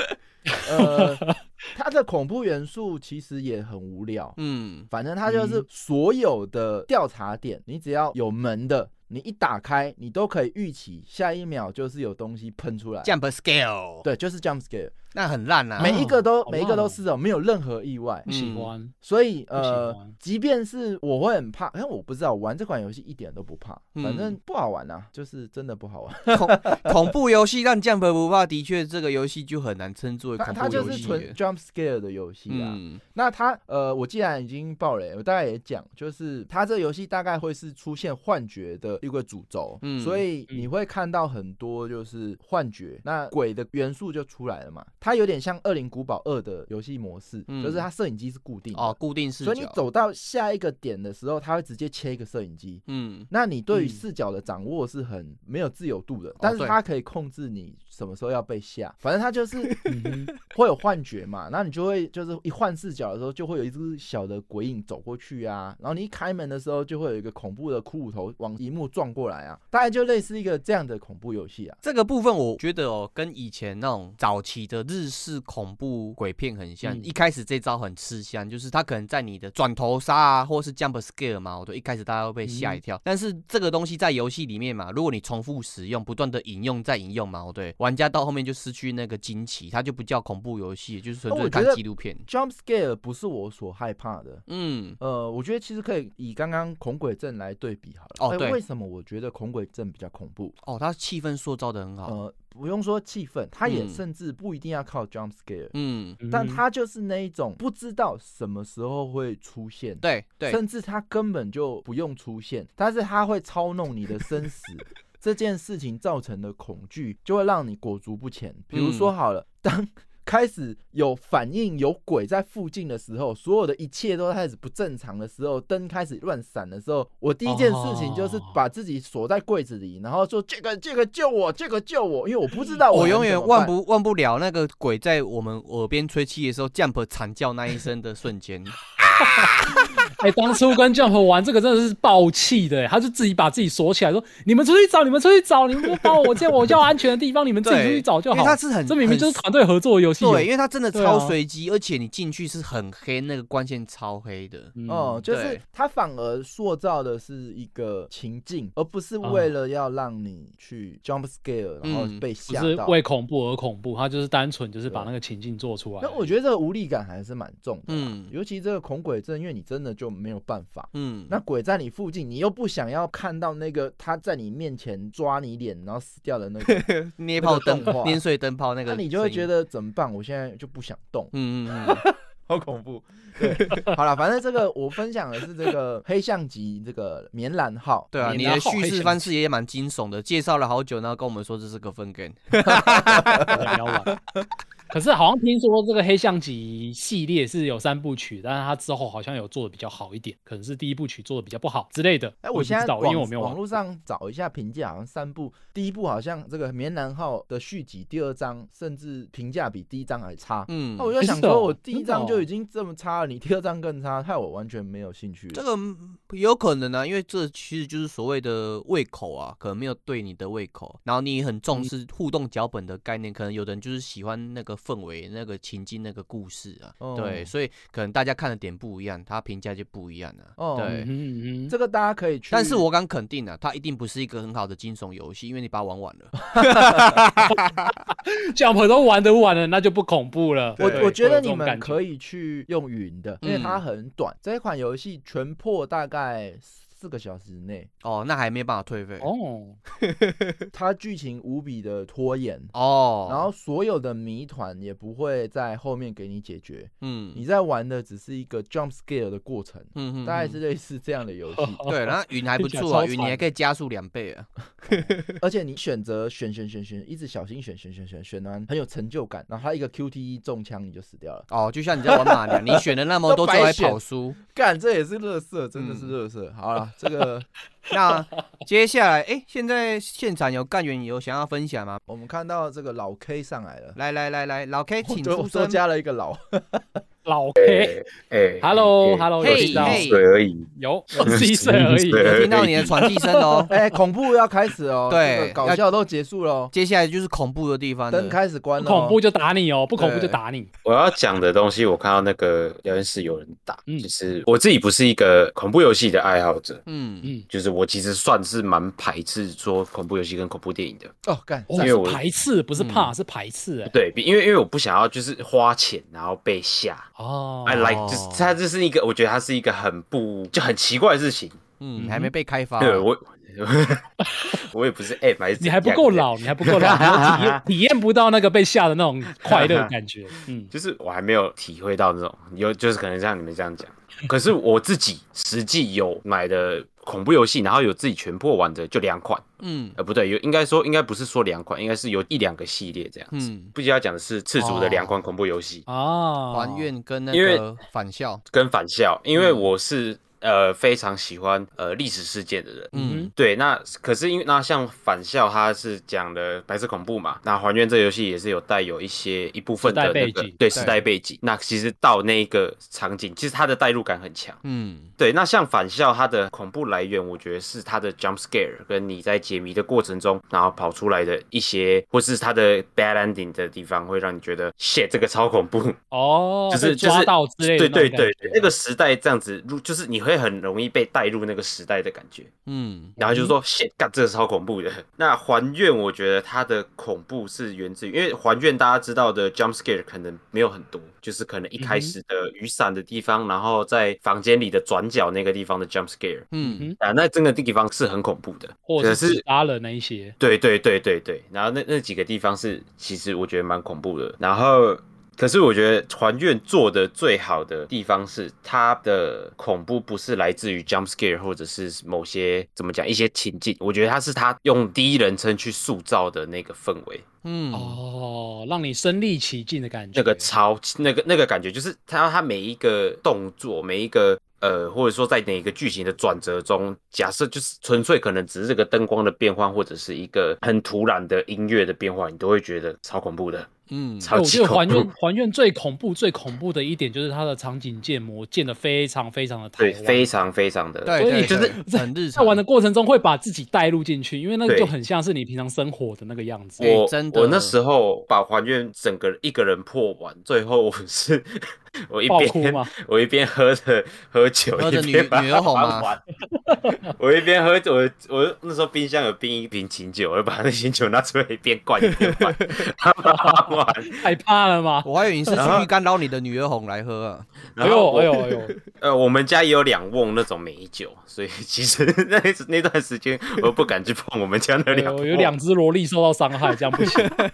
A: 呃， 它的恐怖元素其实也很无聊。
D: 嗯，
A: 反正它就是
B: 嗯
A: 所有的调查点，你只要有门的，你一打开，你都可以预期下一秒就是有东西喷出来。
D: jump scale，，
A: 对，就是 jump scare，、
D: 那很烂啊。
A: 每一个都
B: 好
A: 每一个
B: 烂
A: 都
B: 哦
A: 是哦，没有任何意外嗯
B: 不。喜欢，
A: 所以
B: 喜
A: 呃
B: 欢，
A: 即便是我会很怕，但我不知道我玩这款游戏一点都不怕，反正
D: 嗯
A: 不好玩啊，就是真的不好玩。
D: 恐 恐怖游戏让 jump 不怕，的确这个游戏就很难称之为
A: 它
D: 恐
A: 它
D: 怖
A: 就
D: 游
A: 是
D: 戏
A: 纯
D: 了。
A: jump scare 的游戏啊。
D: 嗯，
A: 那它呃，我既然已经爆雷，我大概也讲，就是它这游戏大概会是出现幻觉的一个主轴，
D: 嗯
A: 所以你会看到很多就是幻觉，那鬼的元素就出来了嘛。它有点像《恶灵古堡二》的游戏模式，
D: 嗯
A: 就是它摄影机是固定的
D: 哦，，固定视角。
A: 所以你走到下一个点的时候，它会直接切一个摄影机。
D: 嗯，
A: 那你对于
B: 嗯
A: 视角的掌握是很没有自由度的，但是
D: 嗯哦对
A: 它可以控制你什么时候要被吓，反正它 就是
B: 嗯哼
A: 会有幻觉嘛，那你就会就是一换视角的时候，就会有一只小的鬼影走过去啊，然后你一开门的时候，就会有一个恐怖的骷髅头往荧幕撞过来啊，大概就类似一个这样的恐怖游戏啊。
D: 这个部分我觉得哦，跟以前那种早期的日式恐怖鬼片很像。
B: 嗯
D: 一开始这招很吃香，就是他可能在你的转头杀啊，或是 jump scare 嘛，我都一开始大家会被吓一
A: 嗯
D: 跳。但是这个东西在游戏里面嘛，如果你重复使用，不断的引用再引用嘛，对，玩家到后面就失去那个惊奇，它就不叫恐怖游戏，就是纯
A: 哦我
D: 粹
A: 觉
D: 看
A: 得
D: 纪录片。
A: Jump scare 不是我所害怕的，
D: 嗯，
A: 呃，我觉得其实可以以刚刚恐鬼症来对比好了。
D: 哦
A: 哎
D: 对
A: 为什么我觉得恐鬼症比较恐怖？
D: 哦，它气氛塑造的很好。
A: 呃，不用说气氛，它也
D: 嗯
A: 甚至不一定要靠 jump scare，、
D: 嗯，
A: 但
B: 嗯哼
A: 它就是那一种不知道什么时候会出现，
D: 对对，
A: 甚至它根本就不用出现，但是它会操弄你的生 死。这件事情造成的恐惧，就会让你裹足不前。比如说
D: 嗯
A: 好了， 当开始有反应有鬼在附近的时候，所有的一切都开始不正常的时候，灯开始乱闪的时候，我第一件事情就是
B: 哦
A: 把自己锁在柜子里，然后说这个这个救我，这个救我，因为我不知道
D: 嗯我
A: 能哦
D: 永
A: 怎
D: 远
A: 么
D: 忘
A: 办
D: 不忘不了那个鬼在我们耳边吹气的时候，jump 惨叫那一声的瞬间。
B: 哎、当初跟 Jump 玩这个真的是爆气的，欸他就自己把自己锁起来，说：“你们出去找，你们出去找，你们不帮我，我叫我叫安全的地方，你们自己出去找就
D: 因为
B: 好。
D: 它”是很
B: 这明明
D: 很
B: 就是团队合作的游戏。
D: 对，因为它真的
B: 对
D: 超
B: 啊
D: 随机，而且你进去是很黑，那个光线超黑的。
B: 嗯
A: 哦、就是
D: 对
A: 他反而塑造的是一个情境，而不是为了要让你去 jump scare，、然后
D: 嗯
A: 被
B: 不
A: 吓
B: 是
A: 到。
B: 为恐怖而恐怖，他就是单纯就是把那个情境做出来。
A: 那我觉得这个无力感还是蛮重的啦，
D: 嗯
A: 尤其这个恐鬼症，因为你真的就没有办法。
D: 嗯，
A: 那鬼在你附近，你又不想要看到那个他在你面前抓你脸，然后死掉的那个，
D: 捏炮灯
A: 那个动画、
D: 捏碎灯泡那
A: 那
D: 个，
A: 你就会觉，得怎么办？我现在就不想动，
D: 嗯嗯嗯，
A: 好恐怖。对，好了，反正这个我分享的是这个黑象级这个棉兰号，
D: 对啊，
B: 你
D: 你
B: 拿
D: 的
B: 好
D: 叙
B: 黑
D: 事
B: 相
D: 方式也蛮惊悚的，介绍了好久，然后跟我们说这是个分根。
B: 不要玩。可是好像听说这个黑象棋系列是有三部曲，但是它之后好像有做的比较好一点，可能是第一部曲做的比较不好之类的。
A: 哎，
B: 我哦也
A: 我
B: 不
A: 现在
B: 知道，
A: 网
B: 因为我没有玩
A: 网络上找一下评价，好像三部，第一部好像这个《棉兰号》的续集第二章，甚至评价比第一章还差。
D: 嗯
A: 那、，我就
B: 哎
A: 想
B: 是
A: 说，
B: 哦
A: 我第一
B: 真的
A: 章
B: 哦
A: 就已经这么差了，你第二章更差，害我完全没有兴趣了。
D: 这个嗯有可能啊，因为这其实就是所谓的胃口啊，可能没有对你的胃口，然后你也很
A: 嗯
D: 重视互动脚本的概念，可能有的人就是喜欢那个氛围、那个情境、那个故事啊，
A: 哦
D: 对，所以可能大家看的点不一样，他评价就不一样啊，
A: 哦
B: 嗯
D: 对。
B: 哼嗯哼
A: 这个大家可以去，
D: 但是我敢肯定啊，它一定不是一个很好的惊悚游戏，因为你把它玩完了。
B: ，Jump 都玩得完了，那就不恐怖了。
A: 我
B: 对
A: 我觉
B: 会有这
A: 得你
B: 种
A: 们
B: 感觉
A: 可以去用云的，因为它
D: 嗯
A: 很短，这一款游戏全破大概四个小时内，
D: 哦，那还没办法退费。哦，
B: 哦，。
A: 它剧情无比的拖延。
D: 哦
A: 然后所有的谜团也不会在后面给你解决，
D: 嗯
A: 你在玩的只是一个 jump scare 的过程，
D: 嗯嗯
A: 大概是
D: 嗯
A: 类似这样的游戏
D: 对，然后云还不
B: 听起来
D: 错啊，
B: 超
D: 云你
B: 惨
D: 还可以加速两倍啊。
A: 而且你选择选选选选，一直小心选选选选选完很有成就感。然后他一个 QTE 中枪你就死掉了，
D: 哦，就像你在玩马娘，你选了那么多，
A: 都白
D: 最后还
A: 选
D: 跑输。
A: 干这也是乐色，真的是
D: 嗯
A: 乐色。 好了，这个
D: 那接下来，哎、现在现场有干员有想要分享吗？
A: 我们看到这个老 K 上来了，
D: 来来来来，老 K
A: 我
D: 请
A: 多
D: 出
A: 我多
D: 声。
A: 加了一个老，。
B: 老 K，
E: 哎
B: Hello，Hello，有
D: 嘿
B: 听到
D: 嘿
E: 对而已。
B: 有二十一岁而已。
E: 对
D: 有听到你的喘气声哦
A: 哎，恐怖要开始哦，
D: 对
A: 这个搞笑都结束了哦，
D: 接下来就是恐怖的地方
A: 灯
D: 了。
A: 开始关
B: 不
A: 了
B: 恐
A: 哦，
B: 怖就打你哦，不恐怖就
D: 对
B: 打你。
E: 我要讲的东西，我看到那个聊天室有人打，
B: 嗯
E: 就是我自己不是一个恐怖游戏的爱好者，
D: 嗯，
B: 嗯，
E: 就是我其实算是蛮排斥说恐怖游戏跟恐怖电影的。
A: 哦，干，
B: 哦，
E: 因为
B: 是
E: 我
B: 排斥，不是
D: 嗯
B: 怕，是排斥。哎，
E: 对，因为因为我不想要就是花钱然后被吓。
B: 哦，
E: I like，就是它这是一个，我觉得它是一个很不就很奇怪的事情。
D: 嗯，还没被开发啊，
E: 对我 我也不是 App 还是
B: 你还不够
E: 怎样的，
B: 老，你还不够 老，你有体验体验不到那个被吓的那种快乐 感觉。嗯，
E: 就是我还没有体会到那种有，就是可能像你们这样讲。可是我自己实际有买的恐怖游戏，然后有自己全破完的就两款，
D: 嗯
E: 呃，不对，有应该说应该不是说两款，应该是有一两个系列这样子。
D: 嗯，
E: 不知道讲的是赤足的两款
B: 哦
E: 恐怖游戏
B: 啊，
D: 还愿跟那
E: 因为
D: 个返校，
E: 跟返校，因为
D: 嗯
E: 我是呃非常喜欢呃历史事件的人，
D: 嗯
E: 对，那可是因为那像返校，它是讲的白色恐怖嘛，那还原这个游戏也是有带有一些一部分的
B: 时代
E: 那
B: 背
E: 个
B: 景
E: 对时代背景。那其实到那个场景，其实它的代入感很强。
D: 嗯
E: 对，那像返校，它的恐怖来源，我觉得是它的 jump scare 跟你在解谜的过程中，然后跑出来的一些，或是它的 bad ending 的地方，会让你觉得 shit 这个超恐怖。
B: 哦，
E: 就是
B: 被抓到之类
E: 对
B: 的那种
E: 对
B: 感觉，啊
E: 对，那个时代这样子，入就是你会很容易被带入那个时代的感觉。
D: 嗯
E: 然后就说，shit，干，这个超恐怖的。那还愿，我觉得它的恐怖是源自于，因为还愿大家知道的 jump scare 可能没有很多，就是可能
B: 嗯
E: 一开始的雨伞的地方，然后在房间里的转角那个地方的 jump scare
D: 嗯
B: 嗯
E: 啊，那这个地方是很恐怖的，
B: 或
E: 可
B: 者
E: 是
B: 是杀了那一些，
E: 对对对对对，然后那那几个地方是其实我觉得蛮恐怖的。然后，可是我觉得团院做的最好的地方是它的恐怖不是来自于 jump scare 或者是某些怎么讲一些情境，我觉得它是它用第一人称去塑造的那个氛围，
D: 嗯
B: 哦，让你身临其境的感觉，
E: 那个超那个那个感觉，就是它它每一个动作每一个。呃，或者说在哪个剧情的转折中，假设就是纯粹可能只是这个灯光的变换，或者是一个很突然的音乐的变化，你都会觉得超恐怖的。
D: 嗯
E: 超
B: 对哎我
E: 级
B: 觉得
E: 恐
B: 还愿
E: 怖，
B: 还愿最恐怖、最恐怖的一点就是它的场景建模建的非常非常的台
E: 对，
B: 湾，
E: 非常非常的，
D: 对
B: 所以
D: 对，
E: 就是
D: 对很日
B: 在
D: 常
B: 玩的过程中会把自己带入进去，因为那个
E: 对
B: 就很像是你平常生活的那个样子。
D: 哎
E: 我
D: 真的
E: 我那时候把还愿整个一个人破完，最后我是 我一
B: 爆哭
E: 边
B: 吗
E: 我一边喝着喝酒，
D: 喝着
E: 一
D: 女
E: 边把
D: 女儿
E: 它
D: 红吗
E: 玩完，我一边喝我我那时候冰箱有冰一瓶清酒，我就把那清酒拿出来一边灌一边玩，把它玩完，
B: 害怕了吗？
D: 我还以为你是
E: 然后
D: 去浴缸捞你的女儿红来喝啊，
B: 哎
E: 然后
B: 呦
E: 我
B: 哎呦哎呦！
E: 呃，我们家也有两瓮那种美酒，所以其实 那那段时间我不敢去碰我们家那
B: 哎
E: 两
B: 呦
E: 瓮，
B: 有两只萝莉受到伤害，这样不行，这
D: 啊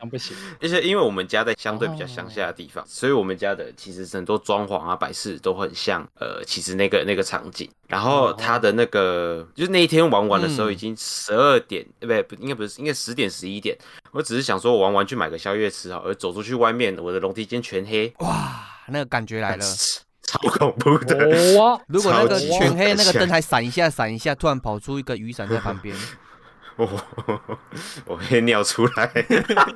B: 样不 行。
E: 而且因为我们家在相对比
D: 哦
E: 较乡下的地方，所以我们家的其实很多装潢啊、摆饰都很像呃，其实那个那个场景。然后它的那个、就是那一天玩完的时候
D: 哦嗯
E: 已经十二点，呃不不应该不是，应该十点十一点。我只是想说我玩完去买个宵夜吃好，而走出去外面，我的楼梯间全黑，
D: 哇， 那个感觉来了。
E: 超恐怖的。
B: 哇，
D: 如果那个
E: 超级
D: 全黑
E: 感
D: 那个
E: 想
D: 灯还闪一下闪一下，突然跑出一个雨伞在旁边。
E: 我我会尿出来。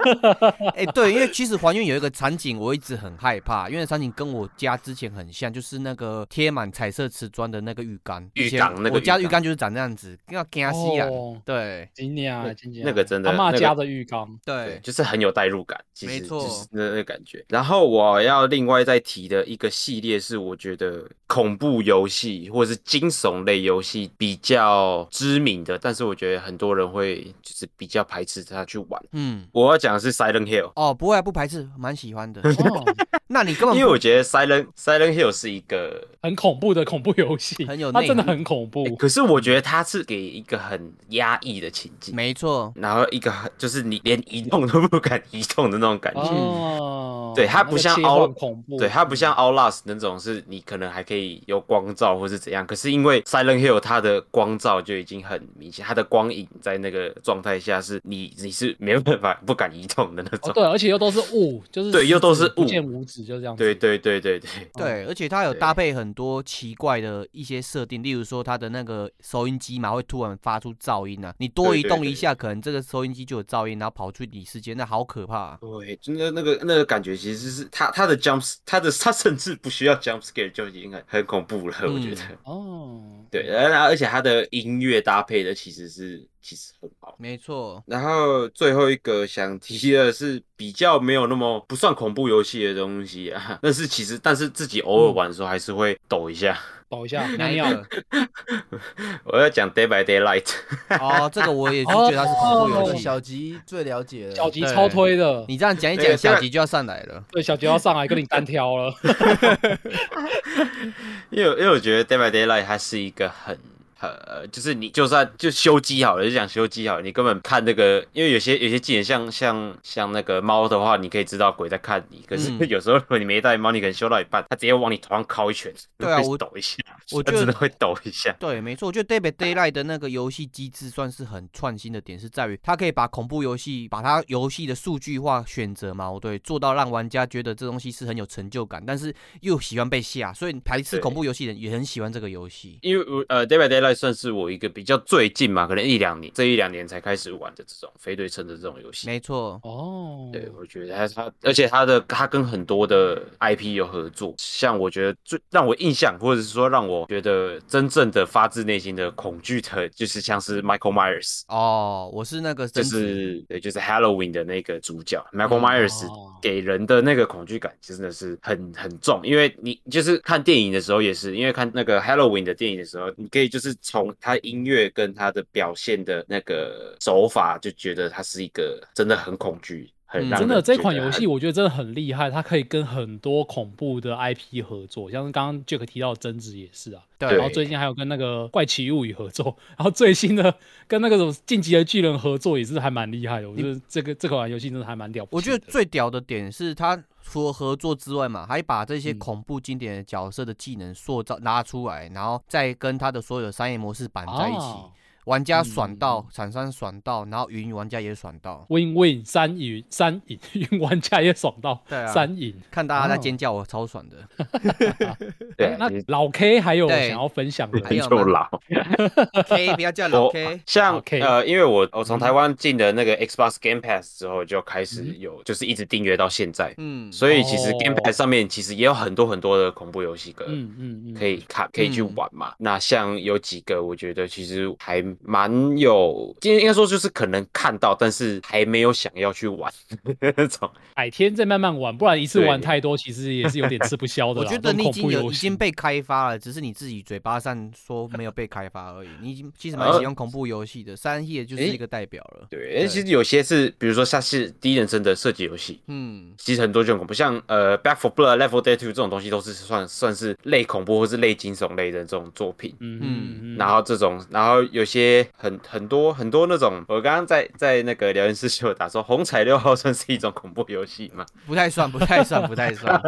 D: 哎、对，因为其实还原有一个场景我一直很害怕，因为场景跟我家之前很像，就是那个贴满彩色瓷砖的那个浴缸。
E: 浴
D: 以前
E: 缸那个
D: 我家
E: 浴
D: 浴
E: 缸
D: 缸就是长那样子，要惊死啊！
B: 哦
D: 对
B: 今年啊，今年啊
E: 那个真的
B: 阿妈
E: 那个
B: 家的浴缸，
E: 对
D: 对，，
E: 就是很有代入感，其
D: 没
E: 实
D: 错
E: 就是那那感觉。然后我要另外再提的一个系列是，我觉得恐怖游戏或者是惊悚类游戏比较知名的，但是我觉得很多人会就是比较排斥它去玩。
D: 嗯，
E: 我要讲的是 Silent Hill，
D: 哦，不会啊不排斥，蛮喜欢的。
B: 哦，
D: 那你根本
E: 因为
D: 不
E: 我觉得 Silent Silent Hill 是一个
B: 很恐怖的恐怖游戏，
D: 很有
B: 它
D: 内
B: 真的
D: 涵
B: 很恐怖
E: 欸，可是我觉得它是给一个很压抑的情境。
D: 没错，
E: 然后一个很就是你连移动都不敢移动的那种感觉，
B: 哦，
E: 对，它
B: 那
E: 不
B: 个
E: 像
B: 切换
E: Out
B: 恐怖，
E: 对，它不像 Outlast 那种是你可能还可以有光照或是怎样，可是因为 Silent Hill 它的光照就已经很明显，它的光影在那个状态下是你你是没有办法不敢移动的那
B: 哦，
E: 种。
B: 对，而且又都是雾，就是
E: 对
B: 食
E: 又都
B: 指
E: 是
B: 不
E: 雾
B: 见五指，就这样子。 嗯
E: 对对对对对，
D: 对，而且它有搭配很多奇怪的一些设定，例如说它的那个收音机嘛，会突然发出噪音啊，你多
E: 对
D: 移
E: 对
D: 动
E: 对
D: 一下，可能这个收音机就有噪音，然后跑去你世界，那好可怕、啊。
E: 对，就那那个那个感觉其实是它它的 jump 它的它甚至不需要 jump scare 就已经很很恐怖了，我觉得。
B: 哦，
E: 对，然后而且它的音乐搭配的其实是其实很好。
D: 没错，
E: 然后最后一个想提的是比较没有那么不算恐怖游戏的东西啊， 但是其实但是自己偶
D: 嗯
E: 尔玩的时候还是会抖一下。
B: 抖一下
D: 哪
B: 尿
D: 一
B: 尿。
D: 个？
E: 我要讲 Day by Daylight，
D: 哦，这个我也是觉得它是恐怖
B: 哦
D: 游
A: 对
D: 戏。
A: 小吉最了解了。
B: 小吉
D: 对
B: 超推的，
D: 你这样讲一
E: 那
D: 讲，
E: 个
D: 小吉就要上来了。
B: 对小吉要上来跟你单挑 了。
E: 因为因为我觉得 Day by Daylight 它是一个很呃，就是你就算就修机好了，就讲修机好了，你根本看那个，因为有些有些技能像像像那个猫的话，你可以知道鬼在看你，可是
D: 嗯
E: 有时候如果你没带猫，你可能修到一半，它直接往你头上敲一拳，
D: 对啊
E: 会
D: 我
E: 抖一下，
D: 我
E: 它
D: 觉
E: 真的
D: 得
E: 会抖一下。
D: 对，没错，我觉得《Dead by Daylight》的那个游戏机制算是很创新的点，是在于它可以把恐怖游戏把它游戏的数据化选择嘛，哦对，做到让玩家觉得这东西是很有成就感，但是又喜欢被吓，所以排斥
E: 对
D: 恐怖游戏的人也很喜欢这个游戏。
E: 因为我呃，Day by Daylight 算是我一个比较最近嘛，可能一两年这一两年才开始玩的这种非对称的这种游戏。
D: 没错，
B: 哦，
E: 对，我觉得他他，而且他的他跟很多的 IP 有合作，像我觉得最让我印象，或者是说让我觉得真正的发自内心的恐惧的，就是像是 Michael Myers，
D: 哦，我是那个
E: 就
D: 贞子
E: 是对，就是 Halloween 的那个主角 Michael Myers
B: 哦
E: 给人的那个恐惧感真的是很很重，因为你就是看电影的时候也是，因为看那个 Halloween 的电影的时候，你可以就是从他音乐跟他的表现的那个手法，就觉得他是一个真的很恐惧。很
D: 嗯
E: 让
B: 真的
E: 人
B: 这
E: 觉
B: 款
E: 得
B: 游
E: 很
B: 戏我觉得真的很厉害，它可以跟很多恐怖的 IP 合作，像是刚刚 Jack 提到的贞子也是啊，然后
D: 对
E: 对
B: 最近还有跟那个怪奇物语合作，然后最新的跟那个什么晋级的巨人合作也是还蛮厉害的，我觉得这个这款游戏真的还蛮了不
D: 我
B: 起
D: 觉
B: 的。
D: 得最屌的点是他除了合作之外嘛，还把这些
B: 嗯
D: 恐怖经典的角色的技能塑造拉出来，然后再跟他的所有的商业模式绑在一起，
B: 啊
D: 玩家
B: 嗯
D: 爽
B: 嗯
D: 到，厂商爽到，然后云玩家也爽到。
B: Win Win 三赢三赢，云玩家也爽到
D: 对啊
B: 三赢。
D: 看大家在
B: 哦
D: 尖叫，我超爽的。
E: 对，啊
B: 那哎
E: 你
B: 老 K 还有
D: 对
B: 想要分享的
D: 还有
E: 就
D: 吗
E: 老
D: K 不要叫老
E: 我
D: K，
E: 像
B: 老 K
E: 呃，因为我我从
B: 嗯
E: 台湾进的那个 Xbox Game Pass 之后，就开始
B: 嗯
E: 有就是一直订阅到现在，
D: 嗯，
E: 所以其实
B: 哦
E: Game Pass 上面其实也有很多很多的恐怖游戏歌，
B: 嗯嗯嗯，
E: 可以看可以去
D: 嗯
E: 玩嘛。那像有几个，我觉得其实还蛮有，今天应该说就是可能看到，但是还没有想要去玩那种。
B: 改天再慢慢玩，不然一次
E: 对
B: 玩太多，其实也是有点吃不消的
D: 我
B: 啦。
D: 觉得
B: 这
D: 你
B: 种
D: 已
B: 恐
D: 经
B: 怖
D: 有
B: 游
D: 已
B: 戏
D: 经被开发了，只是你自己嘴巴上说没有被开发而已。你 已经其实蛮
E: 呃
D: 喜欢恐怖游戏的，三叶就是
E: 诶
D: 一个代表了。
E: 对，因为其实有些是，比如说像是第一人称的射击游戏，
D: 嗯，
E: 其实很多这种恐怖，像呃《Back for Blood》、《Level Day Two》这种东西，都是算算是类恐怖或是类惊悚类的这种作品。
B: 嗯
D: 嗯
E: 然后这种，然后有些很很多很多那种，我刚刚在在那个聊天室就有打说，红彩六号算是一种恐怖游戏嘛，
D: 不太算，不太算，不太 算。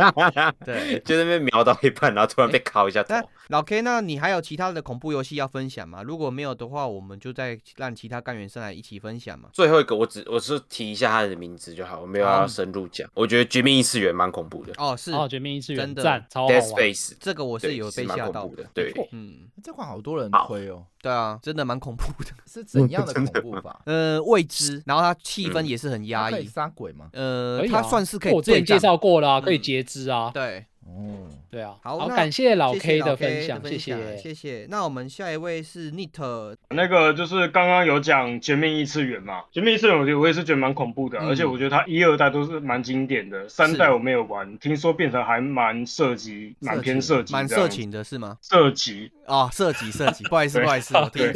D: 对，
E: 就在那边瞄到一半，然后突然被敲一下头。
D: 但老 K，那你还有其他的恐怖游戏要分享吗？如果没有的话，我们就再让其他干员上来一起分享嘛。
E: 最后一个，我只我是提一下他的名字就好，我没有要深入讲。我觉得《绝命异次元》蛮恐怖的，
D: 哦，是，
B: 哦，绝命异次元
D: 真的
B: 赞，超好
E: Death
B: 玩。哦
E: Space》
D: 这个我是
E: 对
D: 有
E: 是
D: 被
E: 蛮
D: 吓
E: 恐
D: 到
E: 怖的，对，
D: 嗯，
A: 这款好多人
E: 好
A: 推哦，
D: 对啊，真的蛮恐怖的。
A: 是怎样 的恐怖法？
D: 呃，未知，然后它气氛
E: 嗯
D: 也是很
A: 它
D: 压
A: 可以
D: 抑。
A: 杀鬼吗？
D: 呃
B: 可，以啊
D: 它算是可以
B: 我之前
D: 对战
B: 介绍过啦，可以
D: 嗯
B: 截肢啊。
D: 对，
A: 哦，
B: 对啊，
D: 好那
B: 感谢老
D: 谢谢
B: K
D: 老
B: 的
D: K
B: 分享，谢
D: 谢谢谢。那我们下一位是 Nit，
F: 那个就是刚刚有讲《绝命异次元》嘛，《绝命异次元》我觉得我也是觉得蛮恐怖的，
D: 嗯
F: 而且我觉得它一二代都是蛮经典的，三代我没有玩，听说变成还蛮涉及，蛮偏涉及，
D: 蛮色，情的是吗？
F: 涉 及，
D: 哦，涉及涉及，不 好意思不好意思，我听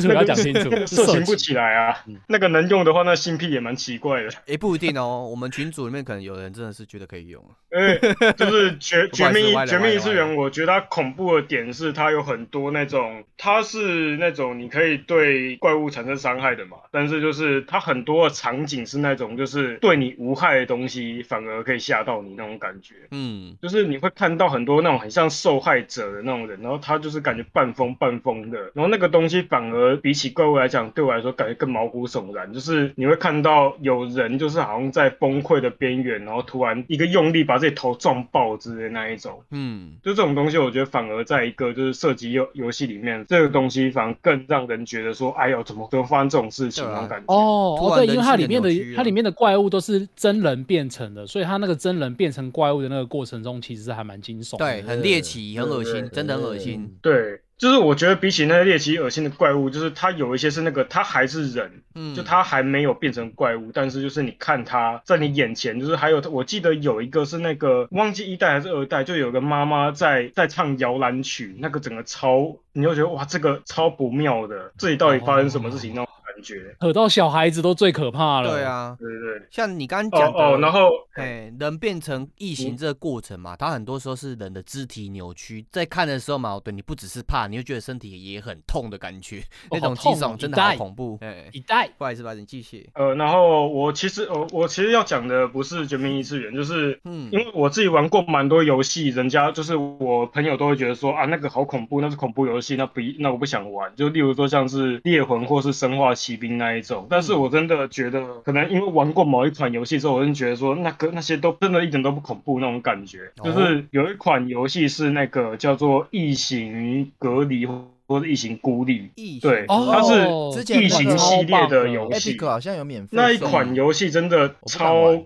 D: 错
B: 要讲。清楚，要
D: 了
B: 讲清楚，是
F: 色
B: 色
F: 情不
B: 情
F: 起来啊
B: 嗯。
F: 那个能用的话，那性癖也蛮奇怪的。
D: 也不一定哦， 我们群组里面可能有人真的是觉得可以用。
F: 因为就是绝
D: 不好
F: 绝
D: 意思
F: 命
D: 歪
F: 异
D: 了
F: 绝命异次
D: 歪
F: 元，我觉得它恐怖的点是它有很多那种，它是那种你可以对怪物产生伤害的嘛，但是就是它很多的场景是那种就是对你无害的东西反而可以吓到你那种感觉。
D: 嗯，
F: 就是你会看到很多那种很像受害者的那种人，然后他就是感觉半疯半疯的，然后那个东西反而比起怪物来讲，对我来说感觉更毛骨悚然。就是你会看到有人就是好像在崩溃的边缘，然后突然一个用力把自己头撞爆之类的那一种。
D: 嗯，
F: 就这种东西，我觉得反而在一个就是射击游游戏里面，这个东西反而更让人觉得说，哎呦，怎么会发生这种事情
D: 对啊
F: 那种感觉。
B: 哦
D: 突
B: 哦，
D: 然
B: 对，
D: 人
B: 因为它
D: 性
B: 里
D: 的
B: 面的
D: 扭曲啊
B: 它里面的怪物都是真人变成的，所以它那个真人变成怪物的那个过程中，其实还蛮惊悚的。
D: 对，很猎奇，很恶
F: 对
D: 心，
F: 对
D: 真的很恶
A: 对
D: 心。
F: 对，就是我觉得比起那些猎奇恶心的怪物，就是它有一些是那个，它还是人，
D: 嗯，
F: 就它还没有变成怪物，但是就是你看它在你眼前，就是还有我记得有一个是那个忘记一代还是二代，就有个妈妈在在唱摇篮曲，那个整个超，你就觉得哇，这个超不妙的，这里到底发生什么事情那种感感觉。
B: 扯到小孩子都最可怕了。
D: 对，啊，
F: 对对对。
D: 像你刚
F: 哦
D: 刚讲的，
F: 哦，然后
D: 哎，人变成异形这个过程嘛，它很多时候是人的肢体扭曲，在看的时候嘛，对你不只是怕，你会觉得身体也很痛的感觉，
B: 哦
D: 那种
B: 好
D: 惊
B: 痛哦
D: 悚真的
B: 一
D: 好
B: 代
D: 恐怖。哎，
B: 一代
D: 不好意思，把你继续。
F: 呃，然后我其实我我其实要讲的不是绝命异次元，就是
D: 嗯
F: 因为我自己玩过蛮多游戏，人家就是我朋友都会觉得说啊，那个好恐怖，那是恐怖游戏，那不一那我不想玩。就例如说像是猎魂或是生化奇兵那一种，但是我真的觉得，可能因为玩过某一款游戏之后，我真的觉得说那个那些都真的一点都不恐怖那种感觉。
D: 哦
F: 就是有一款游戏是那个叫做《异形隔离》或者《异形孤立》，
D: 异形
F: 对，
B: 哦
F: 它是
A: 之前
F: 异形系列的游戏
A: Epic 好像有免费
F: 那一
D: 啊
A: 送
F: 款游戏真的
A: 我不敢玩
F: 超，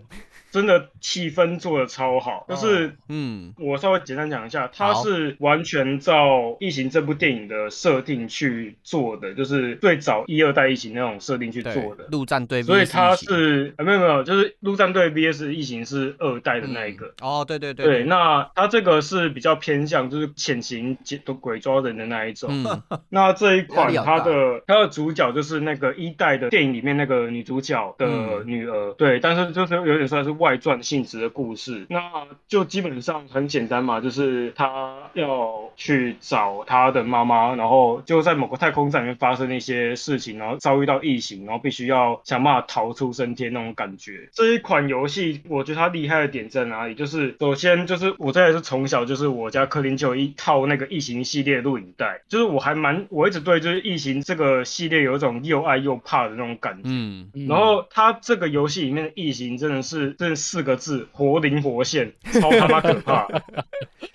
F: 真的气氛做的超好，就是。
D: 嗯，
F: 我稍微简单讲一下，它
D: 好
F: 是完全照《异形》这部电影的设定去做的，就是最早一二代《异形》那种设定去
D: 对
F: 做的，
D: 陆战队 VS 异形，
F: 所以它是、呃、没有没有，就是陆战队 VS 异形是二代的那一个，
D: 嗯哦，对对
F: 对，那它这个是比较偏向就是潜行解都鬼抓人的那一种。
D: 嗯
F: 那这一
D: 压
F: 款
D: 力好
F: 它
D: 大
F: 的它的主角就是那个一代的电影里面那个女主角的呃
D: 嗯
F: 女儿，对，但是就是有点算是外传性质的故事。那就基本上很简单嘛，就是她要去找她的妈妈，然后就在某个太空站里面发生一些事情，然后遭遇到异形，然后必须要想办法逃出升天那种感觉。这一款游戏我觉得它厉害的点在哪里？就是首先就是我这也是从小就是我家客厅就有一套那个异形系列录影带，就是我还蛮我一直对就是异形这个系列有一种又爱又怕的那种感觉。
D: 嗯，
B: 嗯
F: 然后它这个游戏里面的异形真的是这四个字活灵活现，超他妈可怕。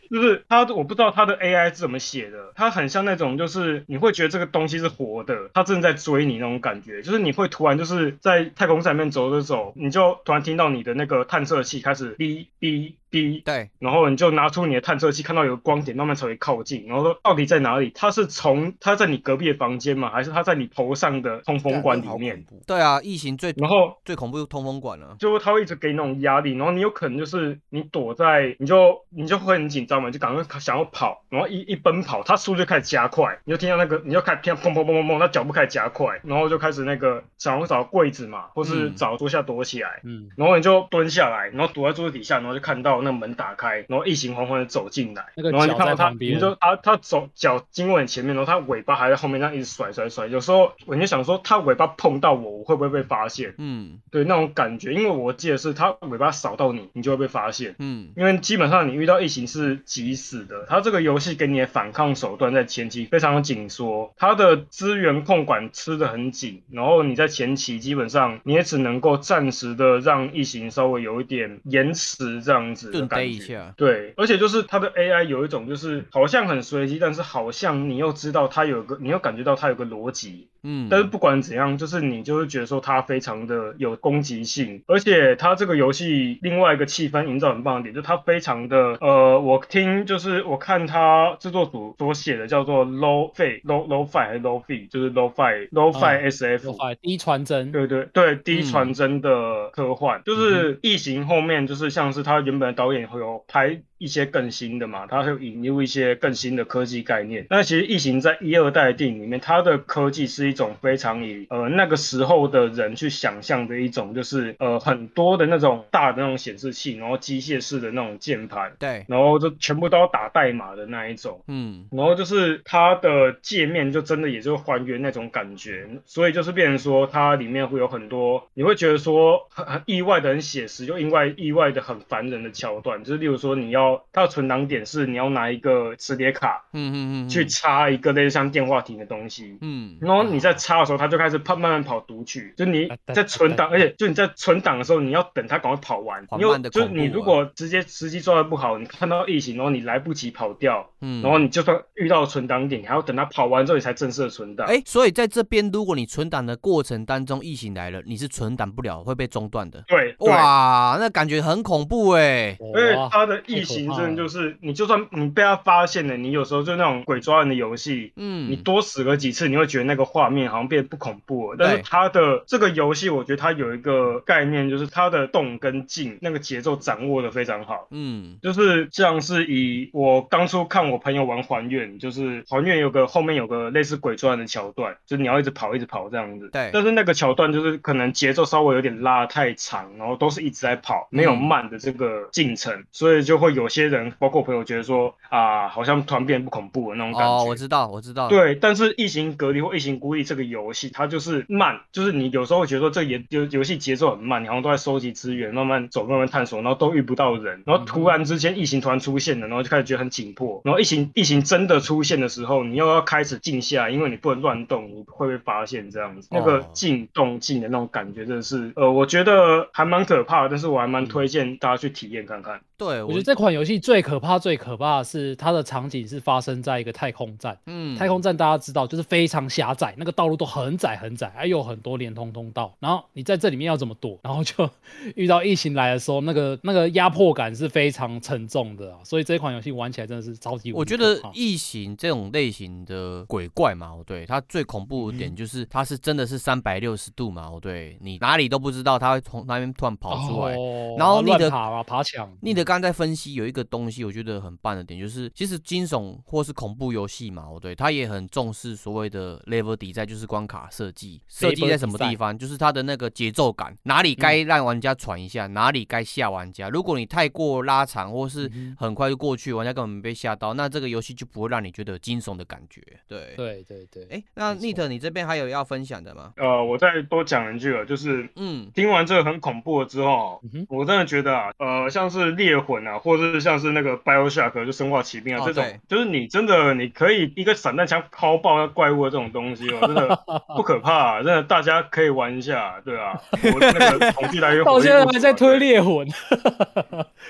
F: 就是它，我不知道它的 AI 是怎么写的，它很像那种就是你会觉得这个东西是活的，它正在追你那种感觉，就是你会突然就是在太空站里面走走走，你就突然听到你的那个探测器开始哔哔哔。
D: 对，
F: 然后你就拿出你的探测器，看到有个光点慢慢朝你靠近，然后说到底在哪里？它是从它在你隔壁的房间吗？还是它在你头上的通风管里面？，
D: 对啊，异形最
F: 然后
D: 最恐怖就是通风管啊了，
F: 就他会一直给你那种压力，然后你有可能就是你躲在，你就你就会很紧张嘛，你就赶快想要跑，然后一一奔跑，他速度就开始加快，你就听到那个，你就开始听到砰砰砰砰砰，他脚步开始加快，然后就开始那个想要找柜子嘛，或是
D: 嗯
F: 找桌下躲起来，
B: 嗯，
F: 然后你就蹲下来，然后躲在桌子底下，然后就看到那门打开，然后异形缓缓的走进来，
B: 那个
F: 然后你
B: 脚
F: 看到
B: 在
F: 他，
B: 旁边
F: 你就他他走脚经过你前面，然后他尾巴还在后面这样一直甩甩甩，有时候我就想说他尾巴碰到我，我会不会被发现？
D: 嗯
F: 对那种感觉，因为我记得是它尾巴扫到你，你就会被发现。
D: 嗯
F: 因为基本上你遇到异形是急死的，它这个游戏给你的反抗手段在前期非常紧缩，它的资源控管吃的很紧，然后你在前期基本上你也只能够暂时的让异形稍微有一点延迟这样子的
D: 顿
F: 感
D: 呆
F: 觉。
D: 一下，
F: 对，而且就是它的 AI 有一种就是好像很随机，但是好像你又知道它有个，你又感觉到它有个逻辑，
D: 嗯，
F: 但是不管怎样，就是你就会觉得说它非常的有攻击性，而且它这个游戏另外一个气氛营造很棒的点，就是它非常的呃，我听就是我看它制作组所写的叫做 low fi low low fi 还是 low fi，就是 low fi low fi
B: 嗯
F: SF、
B: 第一传真，嗯
F: 对对对，第一传真的科幻、就是《异形》后面就是像是他原本的导演会有拍一些更新的嘛，他会引入一些更新的科技概念。那其实《异形》在一二代的电影里面，它的科技是一种非常以呃那个时候的人去想象的一种，就是呃很多的那种大的那种显示器，然后机械式的那种键盘，
D: 对，
F: 然后就全部都要打代码的那一种。
D: 嗯
F: 然后就是它的界面就真的也就还原那种感觉，所以就是变成说它里面会有很多你会觉得说很很意外的很写实，又意外意外的很烦人的桥段，就是例如说你要它的存档点是你要拿一个磁碟卡
D: 嗯嗯嗯，
F: 去插一个类似像电话亭的东西。
D: 嗯，
F: 然后你在插的时候，它就开始跑，慢慢跑读取。就你
B: 哒哒
F: 在存档，
B: 哒
F: 而且就你在存档的时候，你要等它赶快跑完。
D: 缓
F: 因为
D: 慢地
F: 就是
D: 恐
F: 你
D: 怖
F: 如
D: 啊
F: 果直接时机抓的不好，你看到异形，然后你来不及跑掉，
D: 嗯，
F: 然后你就算遇到存档点，你还要等它跑完之后，你才正式的存档。
D: 哎，所以在这边，如果你存档的过程当中异形来了，你是存档不了，会被中断的。
F: 对，对，
D: 哇，那感觉很恐怖哎、
F: 因为
B: 哇，
F: 它的异
B: 太
F: 情真的就是，你就算你被他发现了，你有时候就那种鬼抓人的游戏，你
D: 嗯，
F: 多死个几次，你会觉得那个画面好像变得不恐怖了。但是
D: 对
F: 它的这个游戏，我觉得它有一个概念，就是它的动跟静那个节奏掌握的非常好。
D: 嗯，
F: 就是像是以我当初看我朋友玩还愿，就是还愿有个后面有个类似鬼抓人的桥段，就是你要一直跑一直跑这样子。
D: 对
F: 但是那个桥段就是可能节奏稍微有点拉太长，然后都是一直在跑，没
D: 嗯
F: 有慢的这个进程，所以就会有些人，包括我朋友，觉得说啊，好像突然变得不恐怖了那种感觉。
D: 哦，我知道，我知道，，
F: 对，但是《异形隔离》或《异形孤立》这个游戏，它就是慢，就是你有时候会觉得这也游游戏节奏很慢，你好像都在收集资源，慢慢走，慢慢探索，然后都遇不到人，然
D: 嗯
F: 后突然之间异形突然出现了，然后就开始觉得很紧迫，然后异形异形真的出现的时候，你又要开始静下来，因为你不能乱动，你会被发现这样子，那个
D: 哦
F: 静动静的那种感觉，真的是呃，我觉得还蛮可怕的，但是我还
D: 嗯
F: 蛮推荐大家去体验看看。
D: 对，
B: 我觉得这款游戏最可怕、最可怕的是它的场景是发生在一个太空站。
D: 嗯，
B: 太空站大家知道就是非常狭窄，那个道路都很窄很窄，还有很多连通通道。然后你在这里面要怎么躲？然后就 遇到异形来的时候，那个那个压迫感是非常沉重的啊、所以这款游戏玩起来真的是超级无敌
D: 我觉
B: 可
D: 得
B: 怕
D: 异形这种类型的鬼怪嘛，哦对它最恐怖
B: 嗯
D: 的点就是它是真的是三百六十度嘛，哦对你哪里都不知道，它会从那边突然跑出来。
B: 哦
D: 然后你的
B: 乱爬嘛，爬墙，
D: 你的刚才分析有一个东西，我觉得很棒的点就是，其实惊悚或是恐怖游戏嘛，哦对，它也很重视所谓的 level 底在，就是关卡设计，设计在什么地方，就是它的那个节奏感，哪里
B: 嗯
D: 该让玩家喘一下，哪里该吓玩家。如果你太过拉长或是
B: 嗯
D: 很快就过去，玩家根本没被吓到，那这个游戏就不会让你觉得有惊悚的感觉。对
B: 哼，对对对，
D: 哎，那
B: 没错
D: Nit 你这边还有要分享的吗？
F: 呃，我再多讲一句啊，就是
D: 嗯，
F: 听完这个很恐怖了之后
B: 嗯，哼
F: 我真的觉得啊，呃，像是猎魂啊，或者是像是那个 BioShock 就生化奇兵啊、
D: 哦
F: 这
D: 对
F: 种，就是你真的你可以一个散弹枪敲爆那怪物的这种东 西哦，真的不可怕、啊，真的大家可以玩一下，对啊，我那个恐惧来 源
B: 到现在还在推
F: 力。
B: 猎魂，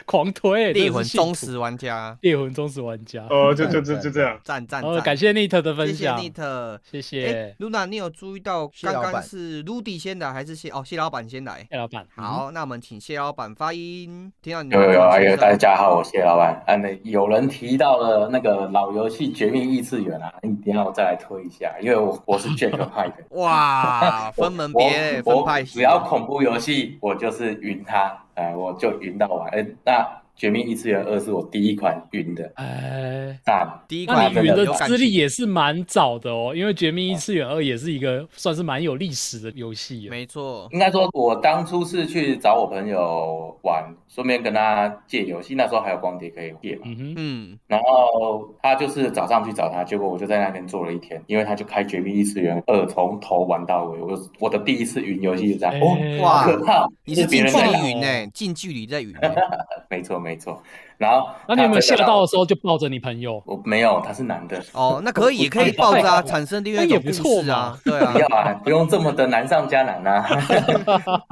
B: 狂推
D: 猎魂忠，
B: 真的是幸
D: 实玩家
B: 福，猎魂忠实玩家。
G: 哦
F: 呃，就就就就这样，
D: 赞赞
B: 呃，
D: 赞，
B: 感谢 Nit 的分
D: 谢谢
B: 享，
D: Nit。
B: 谢
D: 哎
B: 谢
D: ，Luna，你有注意到
A: 谢
D: 刚
A: 老
D: 刚
A: 板
D: 是 Rudy 先来还是谢哦谢老板先来？
B: 谢老板。嗯
D: 好，那我们请谢老板发音。听到你的
G: 有有有，哎
D: 介
G: 呦，
D: 绍
G: 大家好，我谢老板。啊，那有人提到了那个老游戏《绝命异次元》啊，一定要再来推一下，因为我我是 Jack 派的，
D: 哇，分门别类
G: 我
D: 分
G: 我
D: 派系，
G: 只要恐怖游戏，我就是云它，哎，我就云到完。哎，那《绝命异次元二》是我第一款云的，
B: 哎，
G: 赞。
D: 第一
B: 那
D: 款
B: 你
G: 真
B: 云
G: 的
B: 的
D: 有感
B: 资
D: 情
B: 历也是蛮早的哦，因为《绝命异次元二》也是一个算是蛮有历史的游戏了。
D: 没错，
G: 应该说，我当初是去找我朋友玩，顺便跟他借游戏，那时候还有光碟可以借嘛。
B: 嗯哼，
D: 嗯，
G: 然后他就是早上去找他，结果我就在那边坐了一天，因为他就开《绝命异次元二》从头玩到尾。我我的第一次云游戏是这样，哦，
B: 哎
D: 哇
G: 好可怕！
D: 你是
G: 别
D: 近
G: 人
D: 距
G: 在打，哦
D: 离云呢，近距离在云欸，
G: 没错没错。然后
B: 那你有没有
G: 他
B: 吓
G: 真的
B: 到的时候就抱着你朋友？
G: 我没有，他是男的。
D: 哦，那可 以也可以抱着啊，产生另外一
B: 那
D: 种
B: 也不
D: 故
B: 错
D: 事啊
B: 嘛，
D: 对
G: 哎不要
D: 啊，
G: 啊，不用这么的难上加难啊！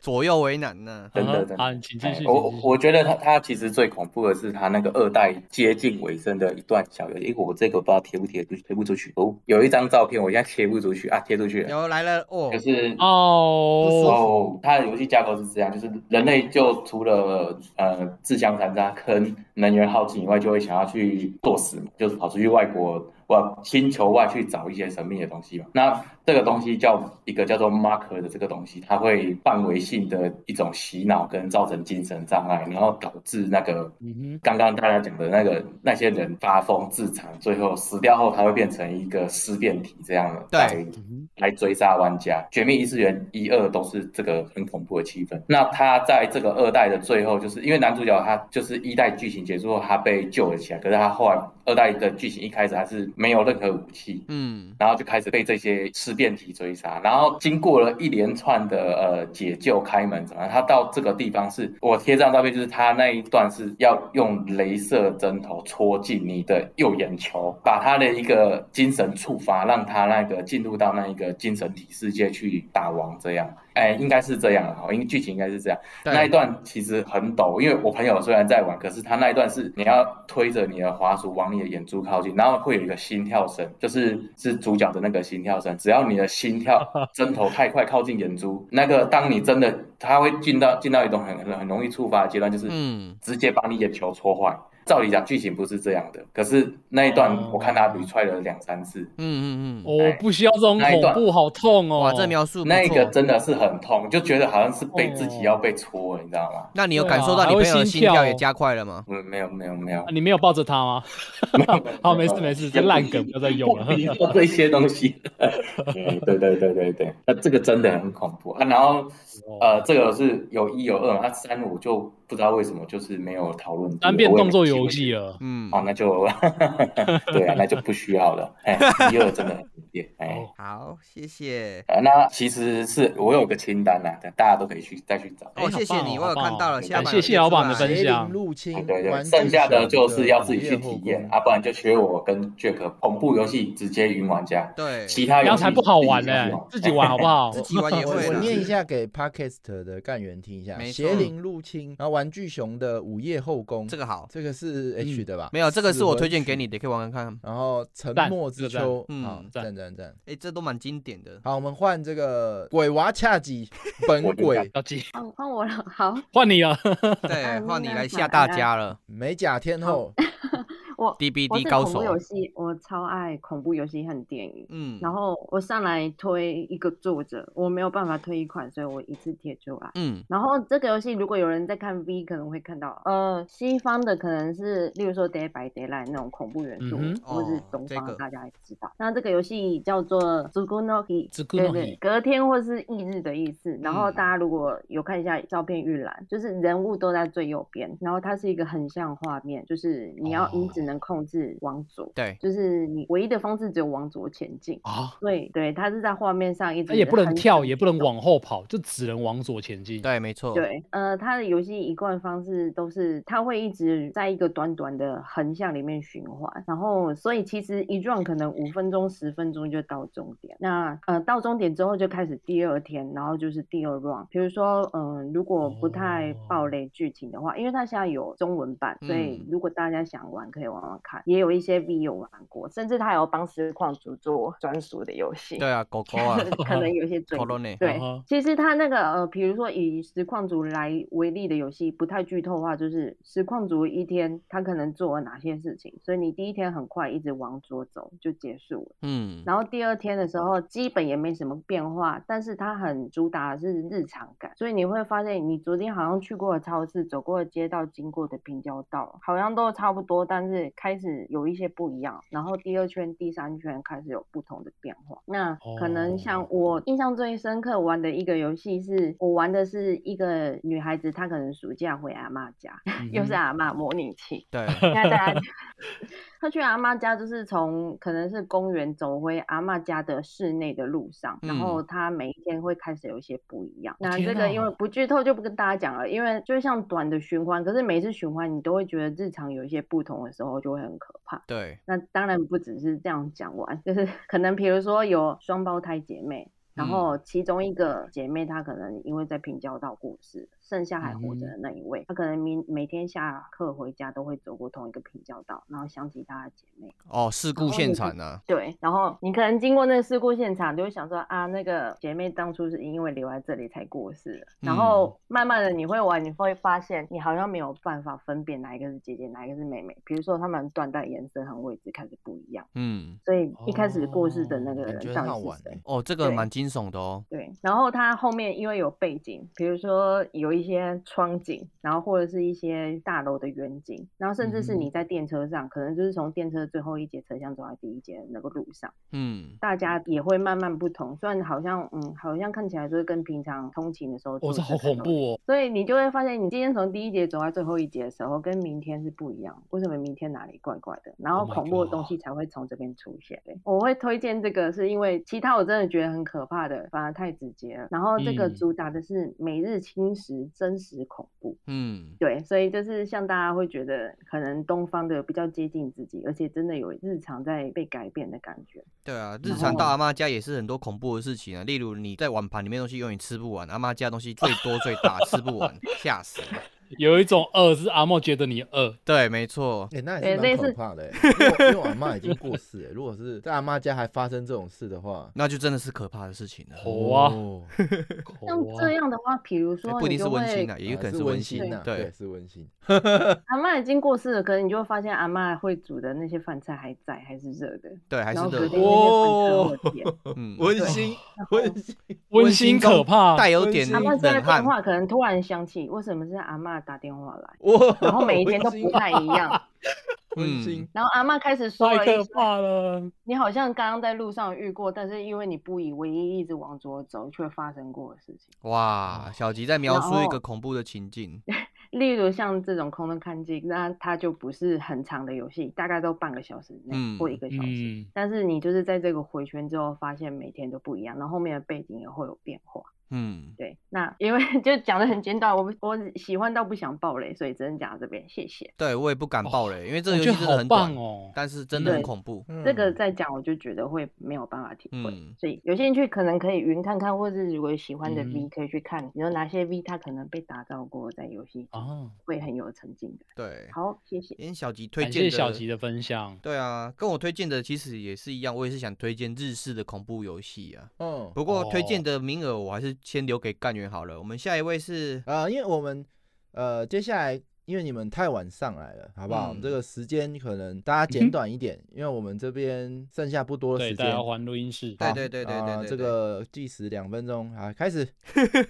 D: 左右为难呢。
G: 真的
B: 啊
G: 真的
B: 啊，你请继续。
G: 哎
B: 请
G: 我
B: 继续
G: 我觉得他他其实最恐怖的是他那个二代接近尾声的一段小游戏，诶我这个不知道贴不贴出去，贴不出去。哦，有一张照片我现在贴不出去啊，贴出去了。
D: 有来了哦
G: 可，是
B: 哦，
G: 哦，它的游戏架构是这样，就是人类就除了呃自相残杀跟能源耗尽以外，就会想要去作死嘛，就是跑出去外国或星球外去找一些神秘的东西嘛。那这个东西叫一个叫做 marker 的这个东西，它会范围性的一种洗脑跟造成精神障碍，然后导致那个
B: 嗯
G: 刚刚大家讲的那个那些人发疯自残，最后死掉后，他会变成一个尸变体这样的
D: 对
G: 来
B: 嗯哼，
G: 来追杀玩家。《绝命异次元》一二都是这个很恐怖的气氛。那他在这个二代的最后，就是因为男主角他就是一代剧情结束后他被救了起来，可是他后来二代的剧情一开始他是没有任何武器，
D: 嗯，
G: 然后就开始被这些尸变体追杀，然后经过了一连串的呃解救、开门怎么样，他到这个地方是我贴这张照片，就是他那一段是要用镭射针头戳进你的右眼球，把他的一个精神触发，让他那个进入到那一个精神体世界去打王这样。哎，应该是这样哈，因为剧情应该是这样。
D: 对
G: 那一段其实很陡，因为我朋友虽然在玩，可是他那一段是你要推着你的滑鼠往你的眼珠靠近，然后会有一个心跳声，就是是主角的那个心跳声。只要你的心跳针头太快靠近眼珠，那个当你真的它会进到进到一种很很很容易触发的阶段，就是
D: 嗯，
G: 直接把你眼球戳坏。照理讲剧情不是这样的，可是那一段
B: 哦
G: 我看他屡踹了两三次，
D: 嗯嗯嗯，
B: 我哦不需要这种
G: 哎那一
B: 恐
G: 段
B: 怖，好痛哦！
D: 哇，这描述不
G: 那一个
D: 错。
G: 真的是很痛，就觉得好像是被自己
B: 哦
G: 要被戳了，你知道吗？
D: 那你有
B: 对
D: 感
B: 啊
D: 受到
B: 还
D: 你
B: 会
D: 朋友的
B: 心
D: 心跳
B: 跳
D: 也
B: 哦
D: 加快了吗？
G: 嗯，没有没有没有
B: 啊，你没有抱着他吗？ 好，没事没事，这烂梗不要再用了。
G: 你说这些东西，对对对对对对，那这个真的很恐怖啊。然后呃，这个是有一有二嘛，啊三我就不知道为什么就是没有讨论度，
B: 单变
G: 我也
B: 动作
G: 没机会
B: 游戏了。
D: 嗯，
G: 哦，那就对啊，那就不需要了。哎，一二真的很点哎。
B: 哦
D: 好，谢谢。
G: 呃，那其实是我有个清单啦，大家都可以去再去找。
B: 哎
D: 哦，谢谢你，
B: 好棒哦
D: 我有
B: 好棒
D: 看
B: 哦
D: 到了。下
G: 感
D: 班
G: 谢
D: 有
B: 谢
D: 贴
B: 老
D: 出
B: 板的
D: 来
B: 分
A: 邪
B: 享
A: 灵入侵
F: 哦
G: 哎，对对，
A: 玩具
G: 剩下的
A: 熊
G: 就是要自己去
A: 网页后
G: 体验
A: 宫
G: 啊，不然就学我跟 Jack 恐怖游戏直接云玩家，
D: 对，
G: 其他
B: 这
G: 游
B: 样
G: 戏
B: 才不好玩呢，自
G: 自
B: 己
G: 己
B: 玩好不好？
D: 自己玩也
A: 我
D: 会
A: 我
D: 啦。
A: 念一下给 Podcast 的干员听一下：
D: 没错
A: 邪灵入侵，然后玩具熊的午夜后宫，
D: 这个好，嗯
A: 这个是 H 的吧？
D: 没有，这个是我推荐给
A: 你。
D: 你的，可以玩玩看。
A: 然后沉默之秋，
D: 赞
A: 好
D: 嗯，
A: 赞赞赞。
D: 哎，这都蛮经典的。
A: 好，我们换这个鬼娃恰吉本 鬼
B: 要记，
H: 哦，换我了， 好，
B: 换你啊了。
D: 对，换你来
H: 嗯
D: 吓大家了。
A: 美甲天后，
H: 我我
D: DBD
H: 对
D: 高
H: 恐
D: 手
H: 怖，游戏，我超爱恐怖游戏和电影。
D: 嗯，
H: 然后我上来推一个作者，我没有办法推一款，所以我一次贴出来。
D: 嗯，
H: 然后这个游戏如果有人在看 V，可能会看到，呃，西方的可能是例如说 Day by Daylight 那种恐怖元素，
B: 嗯
D: 哼
H: 或是
D: 哦
H: 东
D: 这
H: 方、
D: 个
H: 大家也知道。那这个游戏叫做 Tsukunohi，对
B: Tsukunohi
H: 对，隔天或是翌日的意思。然后
D: 嗯
H: 大家如果有看一下照片预览，就是人物都在最右边，然后它是一个横向画面，就是你要、你
B: 哦
H: 只能控制往左，
D: 对，
H: 就是你唯一的方式只有往左前进。
B: 啊，
H: 对对，它是在画面上一直
B: 也不能
H: 横
B: 跳，
H: 向
B: 也不能
H: 移动
B: 往后跑，就只能往左前进。
D: 对，没错。
H: 对，呃，它的游戏一贯方式都是它会一直在一个短短的横向里面循环，然后所以其实一 round 可能五分钟、十分钟就到终点。那呃，到终点之后就开始第二天，然后就是第二 round。比如说，嗯、如果不太暴雷剧情的话，因为它现在有中文版，所以
D: 哦嗯
H: 如果大家想玩可以玩玩看，也有一些 V 有玩过，甚至它有帮实况组做专属的游戏。
D: 对啊，狗 狗啊，
H: 可能有一些罪
D: 讨
H: 名。
D: 论呢
H: 对
B: 嗯，
H: 其实它那个呃，比如说以实况组来为例的游戏，不太剧透的话，就是实况组一天他可能做了哪些事情，所以你第一天很快一直往左走就结束了。
D: 嗯，
H: 然后第二天的时候，基本也没什么变化，但是它很主打的是日常感，所以你会发现，你昨天好像去过的超市、走过的街道、经过的平交道，好像都差不多，但是开始有一些不一样。然后第二圈、第三圈开始有不同的变化。那嗯
A: 哦
H: 可
B: 哦
H: 能像我印象最深刻玩的一个游戏是，我玩的是一个女孩子，她可能暑假回阿嬷家，
B: 嗯
H: 又是阿嬷模拟器，
D: 对，
H: 那大家，他去阿妈家就是从可能是公园走回阿妈家的室内的路上，然后他每一天会开始有一些不一样。那
B: 嗯哦天
H: 这个因
B: 哪
H: 为不剧透就不跟大家讲了，因为就像短的循环，可是每一次循环你都会觉得日常有一些不同的时候就会很可怕。
D: 对，
H: 那当然不只是这样讲完，就是可能比如说有双胞胎姐妹，然
D: 嗯
H: 后其中一个姐妹她可能因为在平交道过世，剩下还活着的那一位，她可能每每天下课回家都会走过同一个平交道，然后想起她的姐妹。
D: 哦，事故现场啊，
H: 对，然后你可能经过那个事故现场，就会想说啊，那个姐妹当初是因为留在这里才过世的。然后慢慢的你会玩，你会发现你好像没有办法分辨哪一个是姐姐，哪一个是妹妹。比如说她们断代延伸和位置开始不一样。
D: 嗯，
H: 所以一开始过世的那个
A: 哦感觉
H: 人
A: 很
H: 到
A: 好
H: 底
A: 玩
H: 是谁
A: 欸？
D: 哦，这个
H: 对
D: 蛮惊悚的哦，
H: 对，然后他后面因为有背景，比如说有一些窗景，然后或者是一些大楼的远景，然后甚至
A: 嗯
H: 是你在电车上，可能就是从电车最后一节车厢走到第一节的那个路上，
D: 嗯，
H: 大家也会慢慢不同。虽然好像嗯，好像看起来就是跟平常通勤的时候，
B: 我这好恐。怖哦！
H: 所以你就会发现，你今天从第一节走到最后一节的时候，跟明天是不一样。为什么明天哪里怪怪的？然后
B: Oh my
H: 恐怖的东西才会从这边出现。我会推荐这个，是因为其他我真的觉得很可怕的，反而太直接了。然后这个
B: 嗯
H: 主打的是每日侵蚀真实恐怖，
D: 嗯，
H: 对，所以就是像大家会觉得可能东方的比较接近自己，而且真的有日常在被改变的感觉。
D: 对啊，日常到阿妈家也是很多恐怖的事情啊，例如你在碗盘里面的东西永远吃不完，阿妈家的东西最多最大吃不完，吓死了。
B: 有一种饿是阿莫觉得你饿，
D: 对，没错，
A: 哎、那
H: 对
A: 也是
H: 类
A: 蛮
H: 似
A: 可怕的、欸，因为我因为我阿妈已经过世了、如 果是在阿妈家还发生这种事的话，
D: 那就真的是可怕的事情了。
B: 哦哇
A: 哦
H: 像这样的话，比如说
D: 哎
H: 你
D: 不一定是
H: 就
D: 温
H: 会
D: 馨啊，也有可
A: 啊
D: 能
A: 是
D: 温
A: 馨啊，
D: 对
A: 对，，是温馨。
H: 阿妈已经过世了，可能你就会发现阿妈会煮的那些饭菜还在，还是热的，
D: 对，还是
H: 然后
D: 热
H: 隔
D: 的
H: 天。那些饭菜会甜。
D: 嗯，
A: 哦 温馨，温馨，
B: 温馨
D: 中
B: 可怕，
D: 带有
A: 温
D: 点
A: 馨
H: 阿妈接到电
D: 冷汗。
H: 话，可能突然想起为什么是阿妈打电话来，
A: 哇，
H: 然后每一天 都不太一样。
A: 啊温馨
D: 嗯，
H: 然后阿妈开始说
B: 太
H: 了一
B: 可
H: 些，
B: 怕了。
H: 你好像刚刚在路上遇过，但是因为你不以为意，一直往左走，却发生过的事情。
B: 哦
D: 哇，小吉在描
H: 然
D: 述一
H: 后
D: 个恐怖的情境。
H: 例如像这种空的看镜，那它就不是很长的游戏，大概都半个小时内
D: 嗯
H: 或一个小时。
B: 嗯，
H: 但是你就是在这个回圈之后，发现每天都不一样，然后后面的背景也会有变化。
D: 嗯，
H: 对，那因为 就讲的很简短，我不我喜欢到不想爆雷，所以只能讲到这边，谢谢。
D: 对我也不敢爆雷，因为这
B: 哦我
D: 个
B: 觉
D: 游
B: 得
D: 戏真的
B: 好
D: 很
B: 棒
D: 短，
B: 哦
D: 但是真的很
H: 对
D: 恐怖。
A: 嗯
H: 这个再讲我就觉得会没有办法体会，
D: 嗯
H: 所以有兴趣可能可以云看看，或是如果有喜欢的 V
B: 嗯
H: 可以去看，有哪些 V 它可能被打造过在游戏中
B: 啊，
H: 会很有沉浸感。
D: 哦对，
H: 好，谢谢。
D: 因为小吉推
B: 感
D: 荐
B: 谢
D: 的，
B: 小吉的分享。
D: 对啊，跟我推荐的其实也是一样，我也是想推荐日式的恐怖游戏啊。
A: 嗯
D: 不过推荐
B: 哦
D: 的名额我还是先留给干员好了。我们下一位是
A: 呃，因为我们呃接下来。因为你们太晚上来了，好不好？
D: 嗯
A: 我们这个时间可能大家简短一点，因为我们这边剩下不多
B: 嗯
A: 的
B: 对，
A: 时
B: 大
A: 间。
B: 家还录音室。
D: 对
A: 好
D: 对对对对
A: 啊
D: 对
A: 这
D: 对
A: 个计时两分钟，好，开始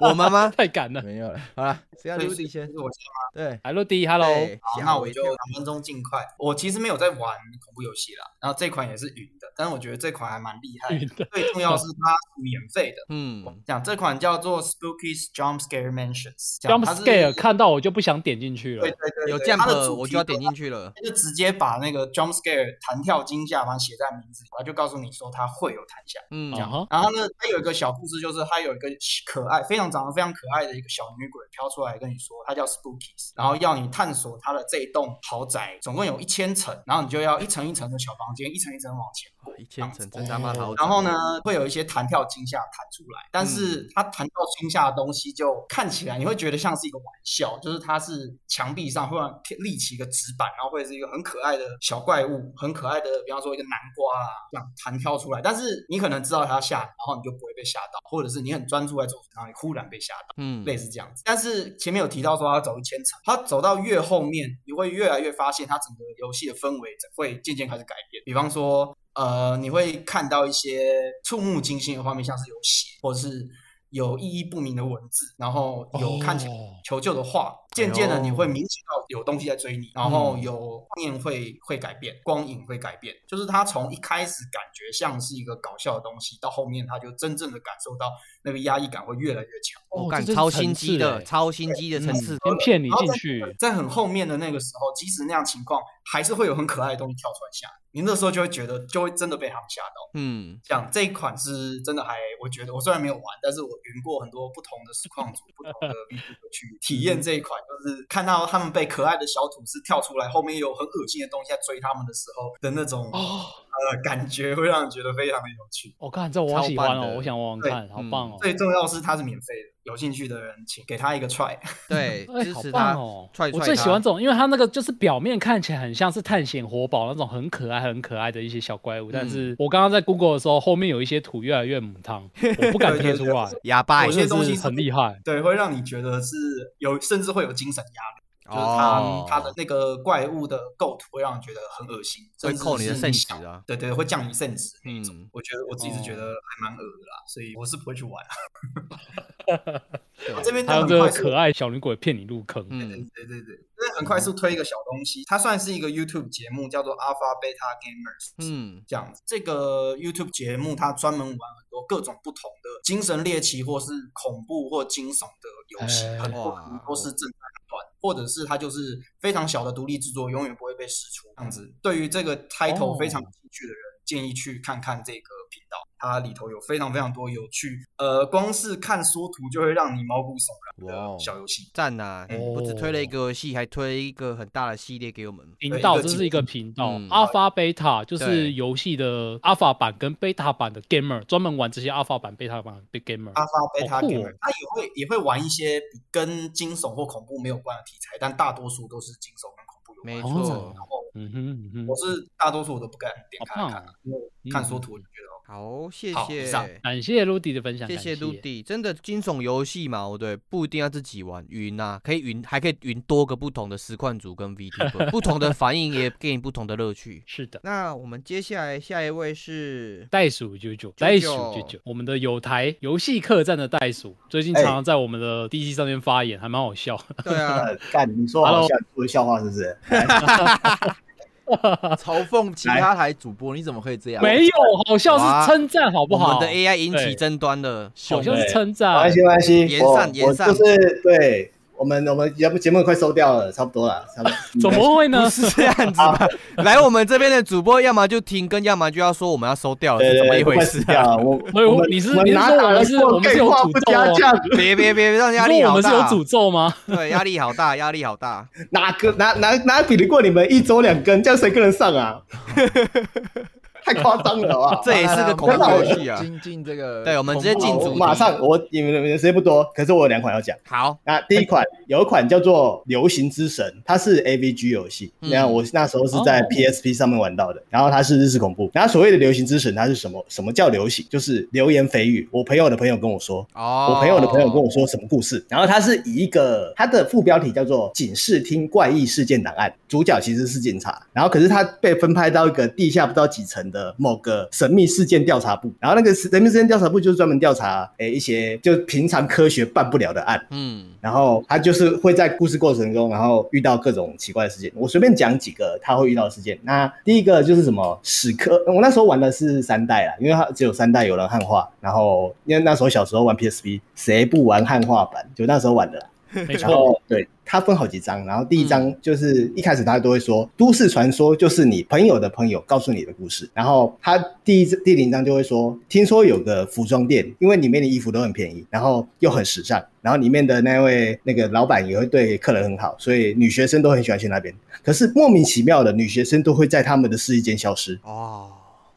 D: 我妈妈
B: ，太赶了。
A: 没有了，好了，谁要
I: 对
A: 留底先
I: 就？是我
A: 对，
B: 海洛迪，Hello，
D: 对吓
I: 那
D: 我
I: 我
D: 一
I: 就
D: 跳
I: 两分钟尽快。我其实没有在玩恐怖游戏啦，然后这款也是云的，但是我觉得这款还蛮厉害
B: 云
I: 的。
B: 的
I: 最重要是它是免费的。
D: 嗯，
I: 讲这款叫做 Spooky's Jump Scare Mansions。讲
B: Jump
I: 它是
B: Scare 看到我就不想点进去
I: 对
B: 了。
I: 对对，
D: 有
I: 对它的
D: jump
I: 主
D: 我
I: 题
D: 就要
I: 都
D: 点进去了。
I: 就直接把那个 jump scare 弹跳惊吓，把它写在名字里，然后就告诉你说它会有弹吓。
D: 嗯，
B: 啊哈，
I: 然后呢，它有一个小故事，就是它有一个可爱、非常长得非常可爱的一个小女鬼飘出来跟你说，它叫 Spookies，然后要你探索它的这一栋豪宅，总共有一千层，然后你就要一层一层的小房间，一层一层往前过。
D: 一千层真他
B: 哦
D: 妈好。
I: 然后呢，会有一些弹跳惊吓弹出来，但
D: 嗯
I: 是它弹跳惊吓的东西就看起来你会觉得像是一个玩笑，就是它是墙壁上会立起一个纸板，然后会是一个很可爱的小怪物，很可爱的，比方说一个南瓜啊这样弹跳出来，但是你可能知道它吓你，然后你就不会被吓到，或者是你很专注在做，然后你忽然被吓到。
D: 嗯，
I: 类似这样子。但是前面有提到说他走一千层，他走到越后面，你会越来越发现他整个游戏的氛围会渐渐开始改变。比方说，呃，你会看到一些触目惊心的画面，像是有血，或者是有意义不明的文字，然后有看起来
B: 哦
I: 求救的话，渐渐的你会
D: 哎呦
I: 明显到有东西在追你，然后
D: 嗯
I: 有画面会会改变，光影会改变，就是它从一开始感觉像是一个搞笑的东西，到后面它就真正的感受到那个压抑感会越来越强。
D: 我
B: 哦
D: 干
B: 这就是
D: 超
B: 层
D: 心机
B: 次
D: 的，
B: 欸
D: 超心机的层
B: 嗯
D: 次。
B: 先骗你
I: 然后
B: 进
I: 在
B: 去。
I: 在很后面的那个时候，即使那样情况，还是会有很可爱的东西跳出来吓你。你那时候就会觉得，就会真的被他们吓到。
D: 嗯，
I: 这样这一款是真的还，我觉得我虽然没有玩，但是我云过很多不同的实况组、不同 的 v t u b 去体验这一款，就是看到他们被可爱的小吐司跳出来，后面有很恶心的东西在追他们的时候的那种、
B: 哦，
I: 呃感觉，会让人觉得非常的有趣。
B: 我看这我
D: 超
B: 好喜欢
D: 棒的
B: 哦，我想玩玩
I: 对
B: 看，好
D: 嗯
B: 棒哦。
I: 最重要是它是免费的，有兴趣的人请给他一个 try。
D: 对，
B: 哎，
D: 支
B: 好
D: 持他
B: 棒哦！
D: 踹
B: 我
D: 踹
B: 最
D: 他
B: 喜欢这种，因为它那个就是表面看起来很像是探险活宝那种很可爱、很可爱的一些小怪物，但
D: 嗯
B: 是我刚刚在 Google 的时候，后面有一些图越来越母汤，我 不敢
I: 对对
B: 贴出
I: 对
B: 来，
D: 哑巴
I: 有
D: 欸，
I: 些
B: 真
I: 东
B: 的
I: 西
B: 是
I: 是
B: 很厉害。
I: 对，会让你觉得是有，甚至会有精神压力。就是它、
D: 哦，
I: 它的那个怪物的构图会让人觉得很恶心，
D: 会
I: 甚至
D: 扣你的
I: 是
D: 肾值
I: 想
D: 啊。
I: 对对，会降你肾值那一种。
D: 嗯
I: 我觉得我自己是觉
B: 哦
I: 得还蛮恶的啦，所以我是不会去玩。啊
D: 对
I: 这边就
B: 还有
I: 很
B: 这
I: 快
B: 个
I: 速，
B: 可爱嗯小女鬼骗你入坑，
D: 嗯，
I: 对对对，这边很快速推一个小东西，它算是一个 YouTube 节目，叫做 Alpha Beta Gamers。
B: 哦
D: 嗯，
I: 这样子。这个 YouTube 节目它专门玩很多各种不同的精神猎奇或是恐怖或惊悚的游戏，
B: 哎
I: 很多
D: 哇
I: 都是正在段，或者是它就是非常小的独立制作，永远不会被释出这样子。对于这个 title
B: 哦
I: 非常有兴趣的人，建议去看看这个频道，它里头有非常非常多有趣，呃，光是看缩图就会让你毛骨悚
A: 哇
I: 然
A: 哦
I: 的小游戏。
D: 赞呐！
B: 嗯
D: 不止推了一个游戏，还推了一个很大的系列给我们。
B: 频
I: 对
B: 道，
I: 一个
B: 这
I: 基
B: 是一个
I: 地
B: 频道
D: 嗯
B: ，Alpha Beta 就
D: 对
B: 是游戏的 Alpha 版跟 Beta 版的 Gamer，专门玩这些 Alpha 版、Beta 版的 Gamer。
I: 阿发贝塔
B: 好酷哦
I: gamer，他也会也会玩一些比跟惊悚或恐怖没有关的题材，但大多数都是惊悚跟恐怖有关
D: 没
I: 的。
D: 错
B: 哦，
I: 然后
B: 嗯哼嗯
I: 我
B: 哼，
I: 是大多数我都不敢点开来
B: 好
I: 看
B: 棒哦，
I: 因为看缩图我就觉得哦
D: 好，谢
I: 好以上
D: 谢。
B: 感谢 Rudy 的分享，
D: 谢
B: 感
D: 谢 Rudy，真的惊悚游戏嘛，我对不一定要自己玩，云呐、可以云，还可以云多个不同的实况 组跟 VT，不同的反应也给你不同的乐趣。
B: 是的，
D: 那我们接下来下一位是
B: 袋鼠九九，袋鼠九九，我们的有台游戏客栈的袋鼠，最近常常在我们的 DC 上面发言，还蛮好笑。
D: 对啊，
J: 呃干，你
A: 哦
J: 说好
B: Hello
J: 笑，说笑话是不是？
A: 嘲讽其他台主播，你怎么可以这样？
B: 没有，好像
D: 哇
B: 是称赞，好不
D: 我
B: 好？
D: 们的 AI 引起
B: 对
D: 争端了，
B: 好像是称
J: 没关
B: 赞
J: 系，，没关系，
D: 延
J: 我
D: 上延
J: 我
D: 上
J: 就是对我们我们节目节目快收掉了，差不多了，差不多。
B: 怎么会呢
D: 嗯不？是这样 子
J: 啊
D: 吧？来我们这边的主播，要么就停更，要么就要说我们要收掉了，
J: 对
D: 是
J: 对
D: 怎么
J: 对，
D: 一回
J: 快
D: 事
J: 死
D: 啊？
J: 掉了。我
B: 所以
J: 我们
B: 你是
J: 我们
B: 你是
J: 哪
B: 说
J: 打
B: 我
J: 了
B: 们是
J: 这么
B: 我们是
J: 废
B: 有
J: 话
B: 诅
J: 不
B: 咒
J: 加
B: 哦
J: 酱，
D: 别别别，让压
B: 你
D: 力
B: 说我
D: 好
B: 们是有
D: 大，
B: 诅咒吗？
D: 对，压力好大，压力好大。
J: 哪个哪哪哪比得过你们一周两更？这样谁跟得上啊？太夸张了啊！
D: 这也是个恐怖游戏啊
A: 精进这个，
D: 对我们直接进
J: 好
D: 主
J: 我
D: 题
J: 马上我你们你们时间不多，可是我有两款要讲。
D: 好，
J: 那第一款有一款叫做《流行之神》，它是 A V G 游戏。
D: 嗯
J: 那我那时候是在
B: 哦
J: P S P 上面玩到的，然后它是日式恐怖。然后所谓的《流行之神》，它是什么？什么叫流行？就是流言蜚语。我朋友的朋友跟我说，
D: 哦，
J: 我朋友的朋友跟我说什么故事，然后它是以一个它的副标题叫做《警视厅怪异事件档案》，主角其实是警察，然后可是他被分派到一个地下不知道几层的某个神秘事件调查部，然后那个神秘事件调查部就是专门调查诶一些就平常科学办不了的案。
D: 嗯，
J: 然后他就是会在故事过程中，然后遇到各种奇怪的事件。我随便讲几个他会遇到的事件。那第一个就是什么史克，我那时候玩的是三代啦，因为它只有三代有人汉化。然后因为那时候小时候玩 PSP，谁不玩汉化版？就那时候玩的啦。
B: 没
J: 然
B: 错，嗯
J: 后对它分好几章，然后第一章就是一开始他都会说、都市传说就是你朋友的朋友告诉你的故事，然后他第一第零章就会说，听说有个服装店，因为里面的衣服都很便宜，然后又很时尚，然后里面的那位那个老板也会对客人很好，所以女学生都很喜欢去那边。可是莫名其妙的，女学生都会在他们的试衣间消失。
D: 哦，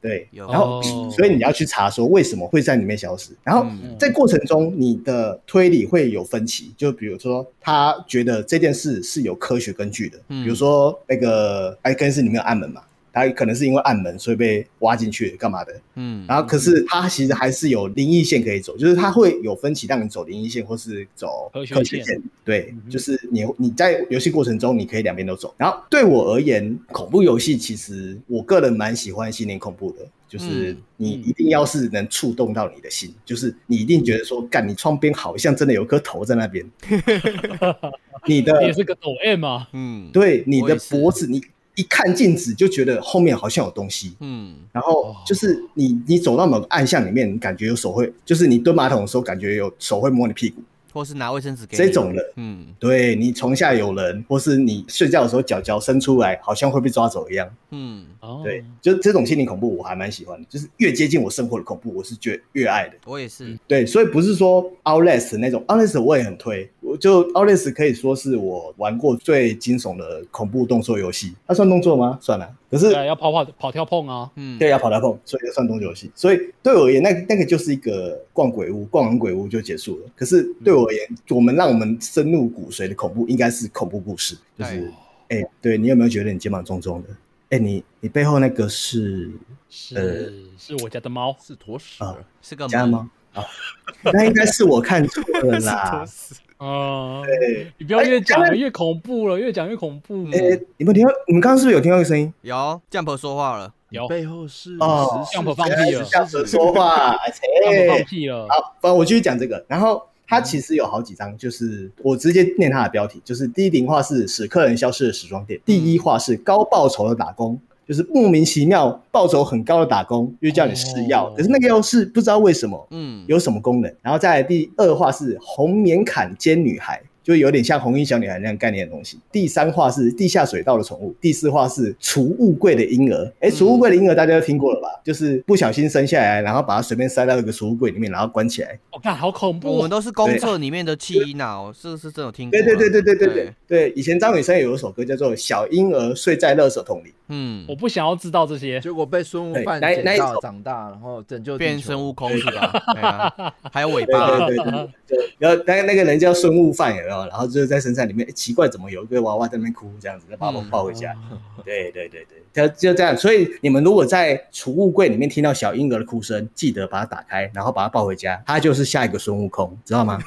J: 对，
D: 有
J: 然后、
B: 哦
J: 所以你要去查说为什么会在里面消失，然后
D: 嗯
J: 在过程中你的推理会有分歧，就比如说他觉得这件事是有科学根据的，
D: 嗯
J: 比如说那个艾根是里面有暗门嘛，他可能是因为暗门所以被挖进去干嘛的，
D: 嗯，
J: 然后可是他其实还是有灵异线可以走，就是他会有分歧让你走灵异线或是走
B: 科学线
J: 线。对
B: 嗯，哼
J: 就是你你在游戏过程中你可以两边都走。然后对我而言，恐怖游戏其实我个人蛮喜欢心灵恐怖的。就是
D: 嗯
J: 你一定要是能触动到你的心，就是你一定觉得说，干你窗边好像真的有颗头在那 边，你的
B: 你也是个抖 M 啊，
D: 嗯，，
J: 对你
D: 我也
J: 的
D: 是
J: 脖子，你一看镜子就觉得后面好像有东西，
D: 嗯，
J: 然后就是你你走到某个暗巷里面，你感觉有手会，就是你蹲马桶的时候，感觉有手会摸你屁股，
D: 或是拿卫生纸给你
J: 这种的，
D: 嗯
J: 对你床下有人，或是你睡觉的时候脚脚伸出来，好像会被抓走一样。
D: 嗯，
B: 哦，
J: 对，就是这种心灵恐怖，我还蛮喜欢的，就是越接近我生活的恐怖，我是越越爱的。
D: 我也是，
J: 对，所以不是说 Outlast 那种，Outlast 我也很推，我就 Outlast 可以说是我玩过最惊悚的恐怖动作游戏，它算动作吗？算了，可是
B: 对啊，要跑跑跑跳碰啊，
D: 嗯，
J: 对，要跑来碰，所以就算动作游戏。所以对我而言，那那个就是一个逛鬼屋，逛完鬼屋就结束了。可是对我而言，我们让我们深入骨髓的恐怖，应该是恐怖故事，就是哎、对你有没有觉得你肩膀重重的？哎、你你背后那个是
B: 是是我家的猫，
A: 是坨屎。
J: 啊
D: 是个
J: 家
D: 门
J: 吗？啊、那应该是我看错了 啦。
B: 嗯，
J: 对，
B: 你不要越讲
J: 哎
B: 了，越恐怖了，越讲越恐怖。
J: 哎、你们听到，你们刚刚是不是有听到一个声音？
D: 有 Jump 说话了，
B: 有
A: 背后是
J: 哦
A: 石狮
B: 样不放屁了
J: 这样子说 话，
B: 他们
J: 哎
B: 放，屁了，嗯
J: 好，不，我继续讲这个。然后它其实有好几章，就是我直接念它的标题，就是第一零话是使客人消失的时装店，第
B: 嗯
J: 一话是高报酬的打工。就是莫名其妙报酬很高的打工，又叫你试药，
B: 哦
J: 可是那个药是不知道为什么
D: 嗯，
J: 有什么功能。然后再来第二话是红棉坎肩女孩，就有点像红衣小女孩那样概念的东西。第三话是地下水道的宠物，第四话是储物柜的婴儿。哎，储物柜的婴儿大家都听过了吧？就是不小心生下来，然后把它随便塞到一个储物柜里面，然后关起来。
B: 我看好恐怖
D: 我
B: 哦
D: 们，都是公厕里面的弃婴啊，我是是真有听过
J: 对
D: 啊。
J: 对对对对对对对，以前张雨生有一首歌叫做《小婴儿睡在垃圾桶里》。
D: 嗯
B: 我，不想要知道这些。
A: 结果被孙悟饭
J: 对那那
A: 捡
J: 一
A: 到
J: 种
A: 长大，然后拯救地
D: 变
A: 球
D: 孙悟空是吧？ 对啊，还有尾
J: 对
D: 巴，
J: 对对对对对，然后那那个人叫孙悟饭，有没有？然后就是在深山里面，诶哎奇怪，怎么有一个娃娃在那边哭，这样子，把我抱回家。对对对对，就就这样。所以你们如果在储物柜里面听到小婴儿的哭声，记得把它打开，然后把它抱回家，他就是下一个孙悟空，知道吗？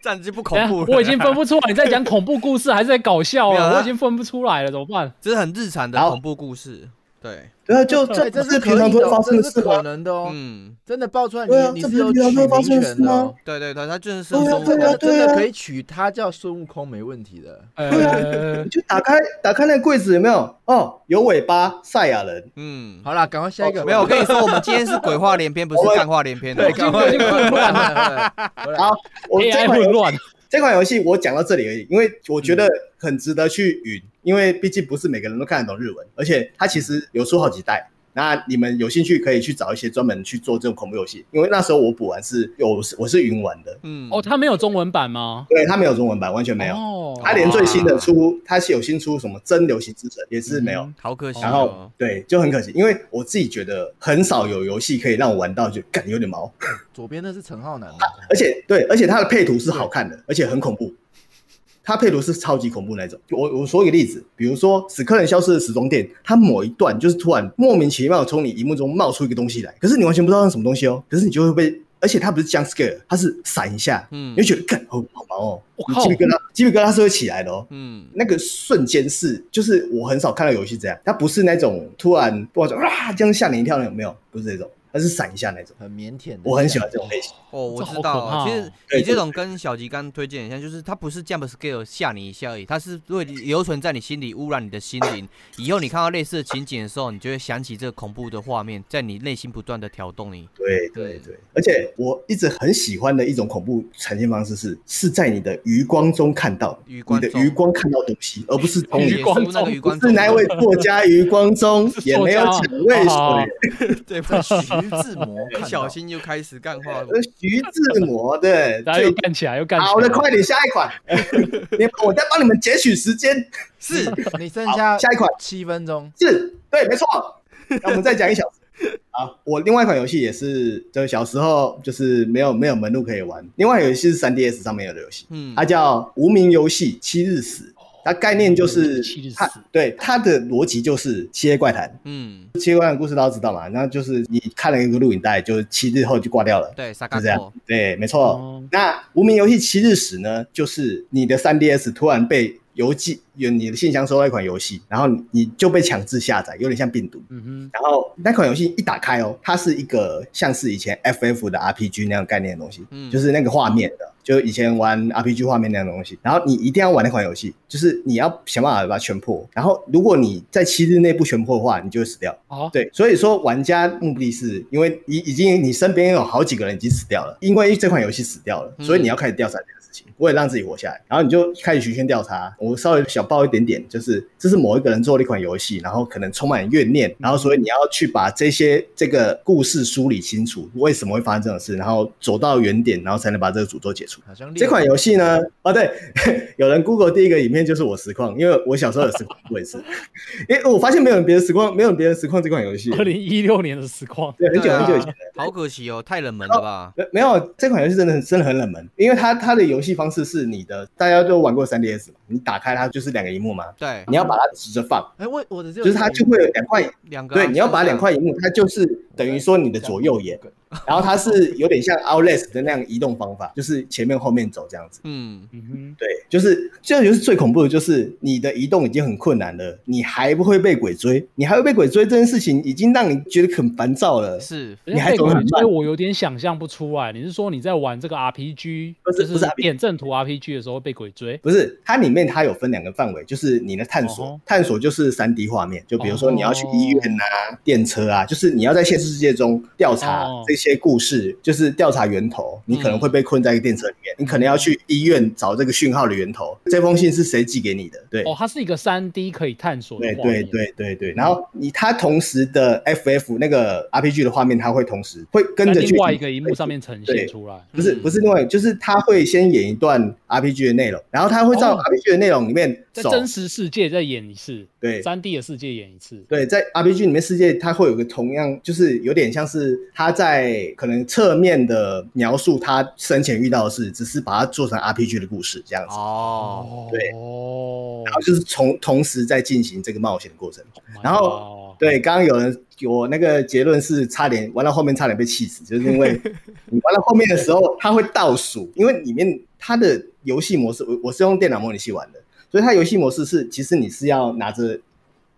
D: 这样子就不
B: 等
D: 恐
B: 一
D: 怖了
B: 下。哎我已经分不出来你在讲恐怖故事还是在搞笑
D: 没有
B: 了，
D: 啊
B: 我已经分不出来了，怎么办？
D: 这是很日常的
J: 好
D: 恐怖故事。对，
J: 对啊，就这
A: 对，
J: 不
A: 这
J: 是
A: 可以
J: 平常都会
A: 的
J: 发
A: 哦，
J: 生的
A: 这
J: 事
A: 是可
J: 吗？
A: 能的哦。
D: 嗯，
A: 真的爆出来，
J: 对啊
A: 你你
J: 这
A: 是
J: 不是
A: 有取
J: 平常都会发
A: 名
J: 生的
A: 权
J: 事
A: 的
J: 吗
A: 哦。
D: 对对对，他就是孙
J: 对啊
D: 悟
A: 真
J: 对
A: 的
J: 啊
D: 空。
A: 真的
J: 对啊
A: 可以取他叫孙悟空没问题的。
J: 对啊
B: 呃
J: 你，就打开打开那个柜子，有没有？哦，有尾巴赛亚人，
D: 嗯，
A: 好啦，赶快下一个。
D: 没有，我跟你说，我们今天是鬼话连篇，不是干话连篇的
A: 对，。赶快赶快赶快
J: 好我这
B: AI
J: 款
B: 混乱，
J: 这款游戏我讲到这里而已，因为我觉得很值得去云，因为毕竟不是每个人都看得懂日文，而且它其实有出好几代。那你们有兴趣可以去找一些专门去做这种恐怖游戏，因为那时候我补完是有我是云玩的，
D: 嗯，
B: 哦，他没有中文版吗？
J: 对，它没有中文版，完全没有。
B: 哦
J: 它连最新的出，它是有新出什么真流行之神也是没有。
B: 嗯
D: 好可惜
J: 然后
D: 哦。
J: 对，就很可惜，因为我自己觉得很少有游戏可以让我玩到就感有点毛，
A: 左边那是陈浩南吗，
J: 而且对，而且它的配图是好看的，而且很恐怖。它配图是超级恐怖那种。我我说一个例子，比如说《死客人消失的时钟店》，它某一段就是突然莫名其妙从你荧幕中冒出一个东西来，可是你完全不知道那是什么东西哦，可是你就会被，而且它不是 jump scare，它是闪一下，
D: 嗯
J: 你就觉得干好好毛哦，
B: 我
J: 你
B: 靠
J: 鸡皮疙瘩鸡皮疙瘩是会起来的哦。
D: 嗯，
J: 那个瞬间是，就是我很少看到游戏这样，它不是那种突然不好说啊这样吓你一跳，有没有？不是这种，它是闪一下那种。
A: 很腼腆的。
J: 我很喜欢这种类型，
D: 哦，我
B: 这好
D: 知道
B: 可怕哦
D: 了。其实
J: 对
D: 你这种跟小吉刚推荐很像，就是它不是 jump scare 吓你一下而已，它是会留存在你心里，污染你的心灵。以后你看到类似的情景的时候，你就会想起这个恐怖的画面，在你内心不断的挑动你。
J: 对对对。而且我一直很喜欢的一种恐怖呈现方式是，是在你的余光中看到，
D: 余
J: 你
D: 光
J: 的
D: 中
J: 余光看到东西，而不是从
B: 余
J: 你
D: 脸。
B: 光
D: 书那个
B: 中
D: 余
J: 不
D: 光
J: 是
D: 中，
J: 那位作家余光中
B: 是，作家
J: 也没有蒋渭
B: 哦
J: 水，
D: 对吧
A: 在？徐志摩看
D: 不
A: 到
D: 小心就开始干话了。
J: 而徐志摩 的
B: 然后又
J: 最
B: 干起来，又干起来。
J: 好的，快点下一 款，你们我在帮你们截取时间。
D: 是，
A: 你剩下
J: 好下一款
A: 七分钟，
J: 是对，没错。那我们再讲一小时。好，啊我另外一款游戏也是，就是小时候就是没有没有门路可以玩。另外一款游戏是 3DS 上面有的游戏，
D: 嗯
J: 它叫《无名游戏七日死》，
B: 哦
J: 它概念就是
B: 七日死
J: 它对它的逻辑就是《七夜怪谈
D: 嗯，》，
J: 《七夜怪谈》故事大家都知道嘛，然后就是你看了一个录影带，就是七日后就挂掉了。
D: 对，沙
J: 就
D: 嘎
J: 这样
D: 狗，，
J: 对，没错。
B: 哦
J: 那无名游戏七日史呢，就是你的 3DS 突然被邮寄，有你的信箱收到一款游戏，然后你就被强制下载，有点像病毒。
B: 嗯
J: 然后那款游戏一打开哦，它是一个像是以前 FF 的 RPG 那样概念的东西，
D: 嗯
J: 就是那个画面的，就以前玩 RPG 画面那样的东西。然后你一定要玩那款游戏，就是你要想办法把它全破。然后如果你在七日内不全破的话，你就会死掉。
B: 哼，好，
J: 对，所以说玩家目的是因为已已经你身边有好几个人已经死掉了，因为这款游戏死掉了，
D: 嗯
J: 所以你要开始调查这件事情，为了让自己活下来，然后你就开始循线调查。我稍微小爆一点点，就是这是某一个人做了一款游戏，然后可能充满怨念，然后所以你要去把这些这个故事梳理清楚，为什么会发生这种事，然后走到原点，然后才能把这个诅咒解除。
A: 好像
J: 这款游戏呢，哦对， 有人 Google 第一个影片就是我实况，因为我小时候有实况，我也是，因为哦我发现没有人别的实况，没有人别的实况这款游戏，
B: 二零一六年的实况，啊
J: 对，很久
D: 对啊
J: 很久以前了。
D: 好可惜哦，太冷门了吧？
J: 没没有这款游戏真的很真的很冷门，因为它它的游戏方式是你的，大家都玩过 3DS 嘛，你打开它就是两个荧幕嘛，
D: 对，
J: 你要把它直着放，
A: 哎，我我的
J: 就是它就会有两块，
D: 两个啊
J: 对，你要把两，块荧幕，它就是等于说你的
A: 的
J: 左右眼，然后它是有点像 Outlast 的那样移动方法，就是前面后面走这样子。
D: 嗯，
B: 嗯
J: 对，就是这就是最恐怖的，就是你的移动已经很困难了，你还不会被鬼追，你还会被鬼追这件事情已经让你觉得很烦躁了。
D: 是，
B: 哼，
J: 你还走得很慢
B: 所以我有点想象不出来。你是说你在玩这个 RPG，
J: 不是不
B: 就
J: 是
B: 是
J: RPG
B: 点阵图 RPG 的时候会被鬼追？
J: 不是，它里面它有分两个范围，就是你的探索，
B: 哦吼
J: 探索就是三 D 画面，就比如说你要去医院啊、电车啊，就是你要在现实世界中调查
B: 哦嗯
J: 这些故事，就是调查源头，你可能会被困在一个电车里面，你可能要去医院找这个讯号的源头，这封信是谁寄给你的？对，
B: 哦，它是一个三 D 可以探索的
J: 对
B: 画
J: 对
B: 面
J: 对对对，然后你它同时的 FF 那个 RPG 的画面，它会同时会跟
B: 在
J: 着
B: 另
J: 剧情
B: 外一个荧幕上面呈
J: 对
B: 现出来。
J: 不是
D: 嗯
J: 不是另外一个，就是它会先演一段 RPG 的内容，然后它会照
B: 哦
J: RPG 的内容里面
B: 在
J: 走，
B: 真实世界再演一次，
J: 对
B: 三 D 的世界演一次，
J: 对，在 RPG 里面世界，它会有个同样，就是有点像是它在可能侧面的描述他生前遇到的事，只是把它做成 RPG 的故事这样子。
D: 哦，
J: 对
B: 哦，
J: 然后就是从同时在进行这个冒险的过程。
B: Oh my
J: 然后
B: God
J: 对，刚刚有人我那个结论是差点玩到后面差点被气死，就是因 为你玩到后面的时候，它会倒数，因为里面它的游戏模式，我我是用电脑模拟器玩的，所以它游戏模式是其实你是要拿着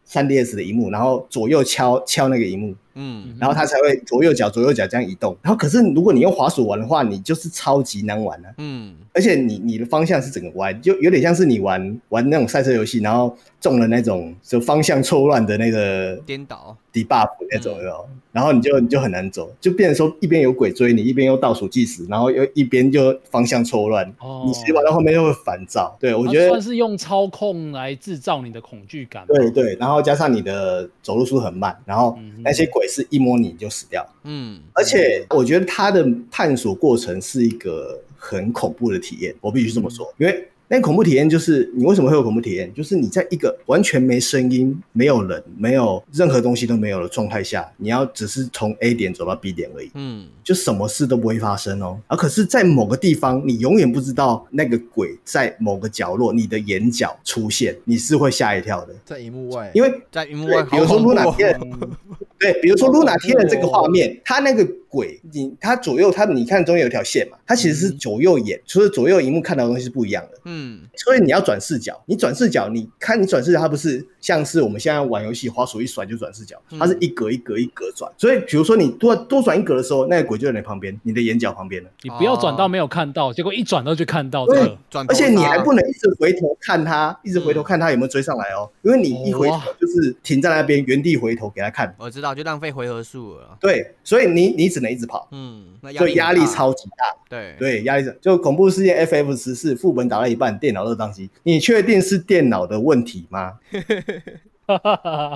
J: 3DS 的荧幕，然后左右敲敲那个荧幕，
D: 嗯，
J: 然后它才会左右脚左右脚这样移动。然后可是如果你用滑鼠玩的话，你就是超级难玩啊。
D: 嗯，
J: 而且你你的方向是整个歪，就有点像是你玩玩那种赛车游戏，然后中了那种就方向错乱的那个
D: 颠倒，
J: debuff 那种有没有
B: 嗯
J: 然后你就你就很难走，就变成说一边有鬼追你，一边又倒数计时，然后又一边就方向错乱，
B: 哦
J: 你其实玩到后面又会烦躁。对我
B: 它
J: 觉
B: 算
J: 得。
B: 是用操控来制造你的恐惧感吧，
J: 对对，然后加上你的走路速度很慢，然后
B: 嗯哼
J: 那些鬼是一摸你就死掉，
D: 嗯，
J: 而且我觉得他的探索过程是一个很恐怖的体验，我必须这么说，因为那恐怖体验就是你为什么会有恐怖体验，就是你在一个完全没声音、没有人、没有任何东西都没有的状态下，你要只是从 A 点走到 B 点而已。
D: 嗯，
J: 就什么事都不会发生哦，而可是，在某个地方，你永远不知道那个鬼在某个角落，你的眼角出现，你是会吓一跳的，
A: 在荧幕外，
J: 因
A: 为
J: 为
D: 在荧幕
J: 对
D: 外，
J: 比
D: 好
J: 如说
D: 恐怖
J: Luna
D: 哦，
J: 贴的
A: 嗯
J: 对，比如说露娜贴的这个画面，它那个鬼，你它左右它，你看中间有条线嘛，它其实是左右眼，就是左右荧幕看到的东西是不一样的，
D: 嗯，
J: 所以你要转视角，你转视角，你看你转视角，它不是像是我们现在玩游戏滑鼠一甩就转视角，它是一格一格一格转，所以比如说你多多转一格的时候，那个鬼就在你旁边，你的眼角旁边了，
B: 你不要转到没有看到，结果一转到就哦看到这
J: 对
B: 个，
D: 哦转头
J: 而
D: 杀，
J: 且你还不能一直回头看它，一直回头看它有没有追上来哦，因为你一回头
B: 哇
J: 就是停在那边原地回头给它看，
D: 我知道，就浪费回合数了。
J: 对，所以你你只能一直跑。
D: 嗯，那
J: 所以压力
D: 很大，
J: 超级大，
D: 对，
J: 对，压力是就恐怖事件 FF 十四副本打到一半，电脑热宕机，你确定是电脑的问题吗？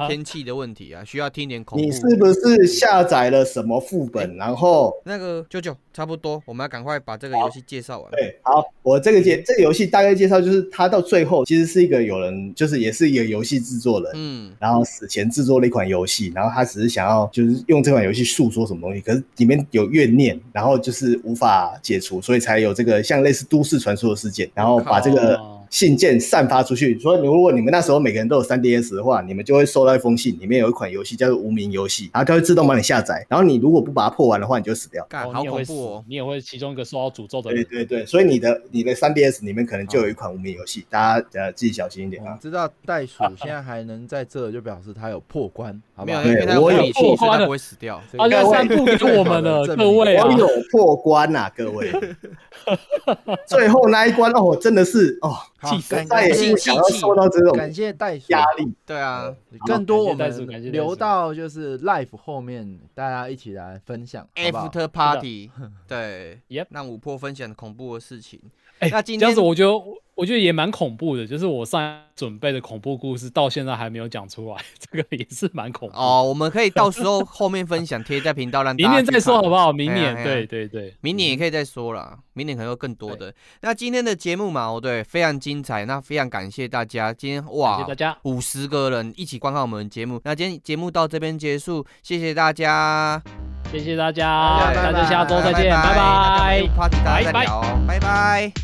D: 天气的问题啊，需要听点恐怖。
J: 你是不是下载了什么副本？然后
D: 那个舅舅差不多，我们要赶快把这个游戏介绍完。
J: 对，好，我这个介这个游戏大概介绍就是，它到最后其实是一个有人，就是也是一个游戏制作人，
D: 嗯，
J: 然后死前制作了一款游戏，然后他只是想要就是用这款游戏诉说什么东西，可是里面有怨念，然后就是无法解除，所以才有这个像类似都市传说的事件，然后把这个
B: 哦
J: 信件散发出去。所以如果你们那时候每个人都有 3DS 的话，你们就会收到一封信，里面有一款游戏叫做《无名游戏》，然后它会自动帮你下载，然后你如果不把它破完的话，你就会死掉。
D: 干，
B: 你
D: 好
B: 也
D: 恐
B: 会死
D: 怖哦，。
B: 你也会其中一个受到诅咒的
J: 对
B: 人，
J: 对对，所以你的你的 3DS 里面可能就有一款无名游戏，大家呃自己小心一点啊。
D: 嗯
A: 知道袋鼠现在还能在这，就表示它有破关，好
D: 没
A: 不
D: 有，
A: 好？
D: 因为
J: 对
D: 它有
J: 我
D: 物
J: 有
D: 理器，所以它不会死掉。
A: 这
B: 啊，
A: 个
B: 两 三步给我们了，
A: 证
B: 各
A: 明
B: 位啊
J: 我，有破关呐、各 位。最后那一关哦，真的是哦，
A: 好，感
J: 再也
A: 感
J: 不
A: 谢
J: 想要受到这种
A: 感谢袋鼠，
J: 压力。
D: 对啊，
A: 更多我
B: 感谢袋鼠感谢
A: 们
B: 袋
A: 留
B: 鼠
A: 到就是 life 后面，大家一起来分享，好不好？
D: After Party，对
B: Yep
D: 让五破分享恐怖的事情。
B: 哎
D: 那今
B: 这样
D: 天
B: 子我觉得我觉得也蛮恐怖的，就是我上一准备的恐怖故事到现在还没有讲出来， 这个也是蛮恐怖的。
D: 哦，我们可以到时候后面分享贴在频道让大
B: 明
D: 家
B: 年
D: 去
B: 再说
D: 看
B: 好不好？明
D: 哎呀
B: 年，
D: 哎呀
B: 对对对，
D: 明年也可以再说啦，明年可能会更多的。那今天的节目嘛，哦对，非常精彩，那非常感谢大家，今天
B: 感
D: 哇，
B: 谢大家，
D: 五十个人一起观看我们的节目，那今天节目到这边结束，谢谢大家，
B: 谢谢大家，
A: 大家
B: 大
A: 拜拜
B: 家下周再见，拜
D: 拜拜，大家没有 party 大家
B: 拜
D: 再
B: 拜
D: 聊哦，拜拜。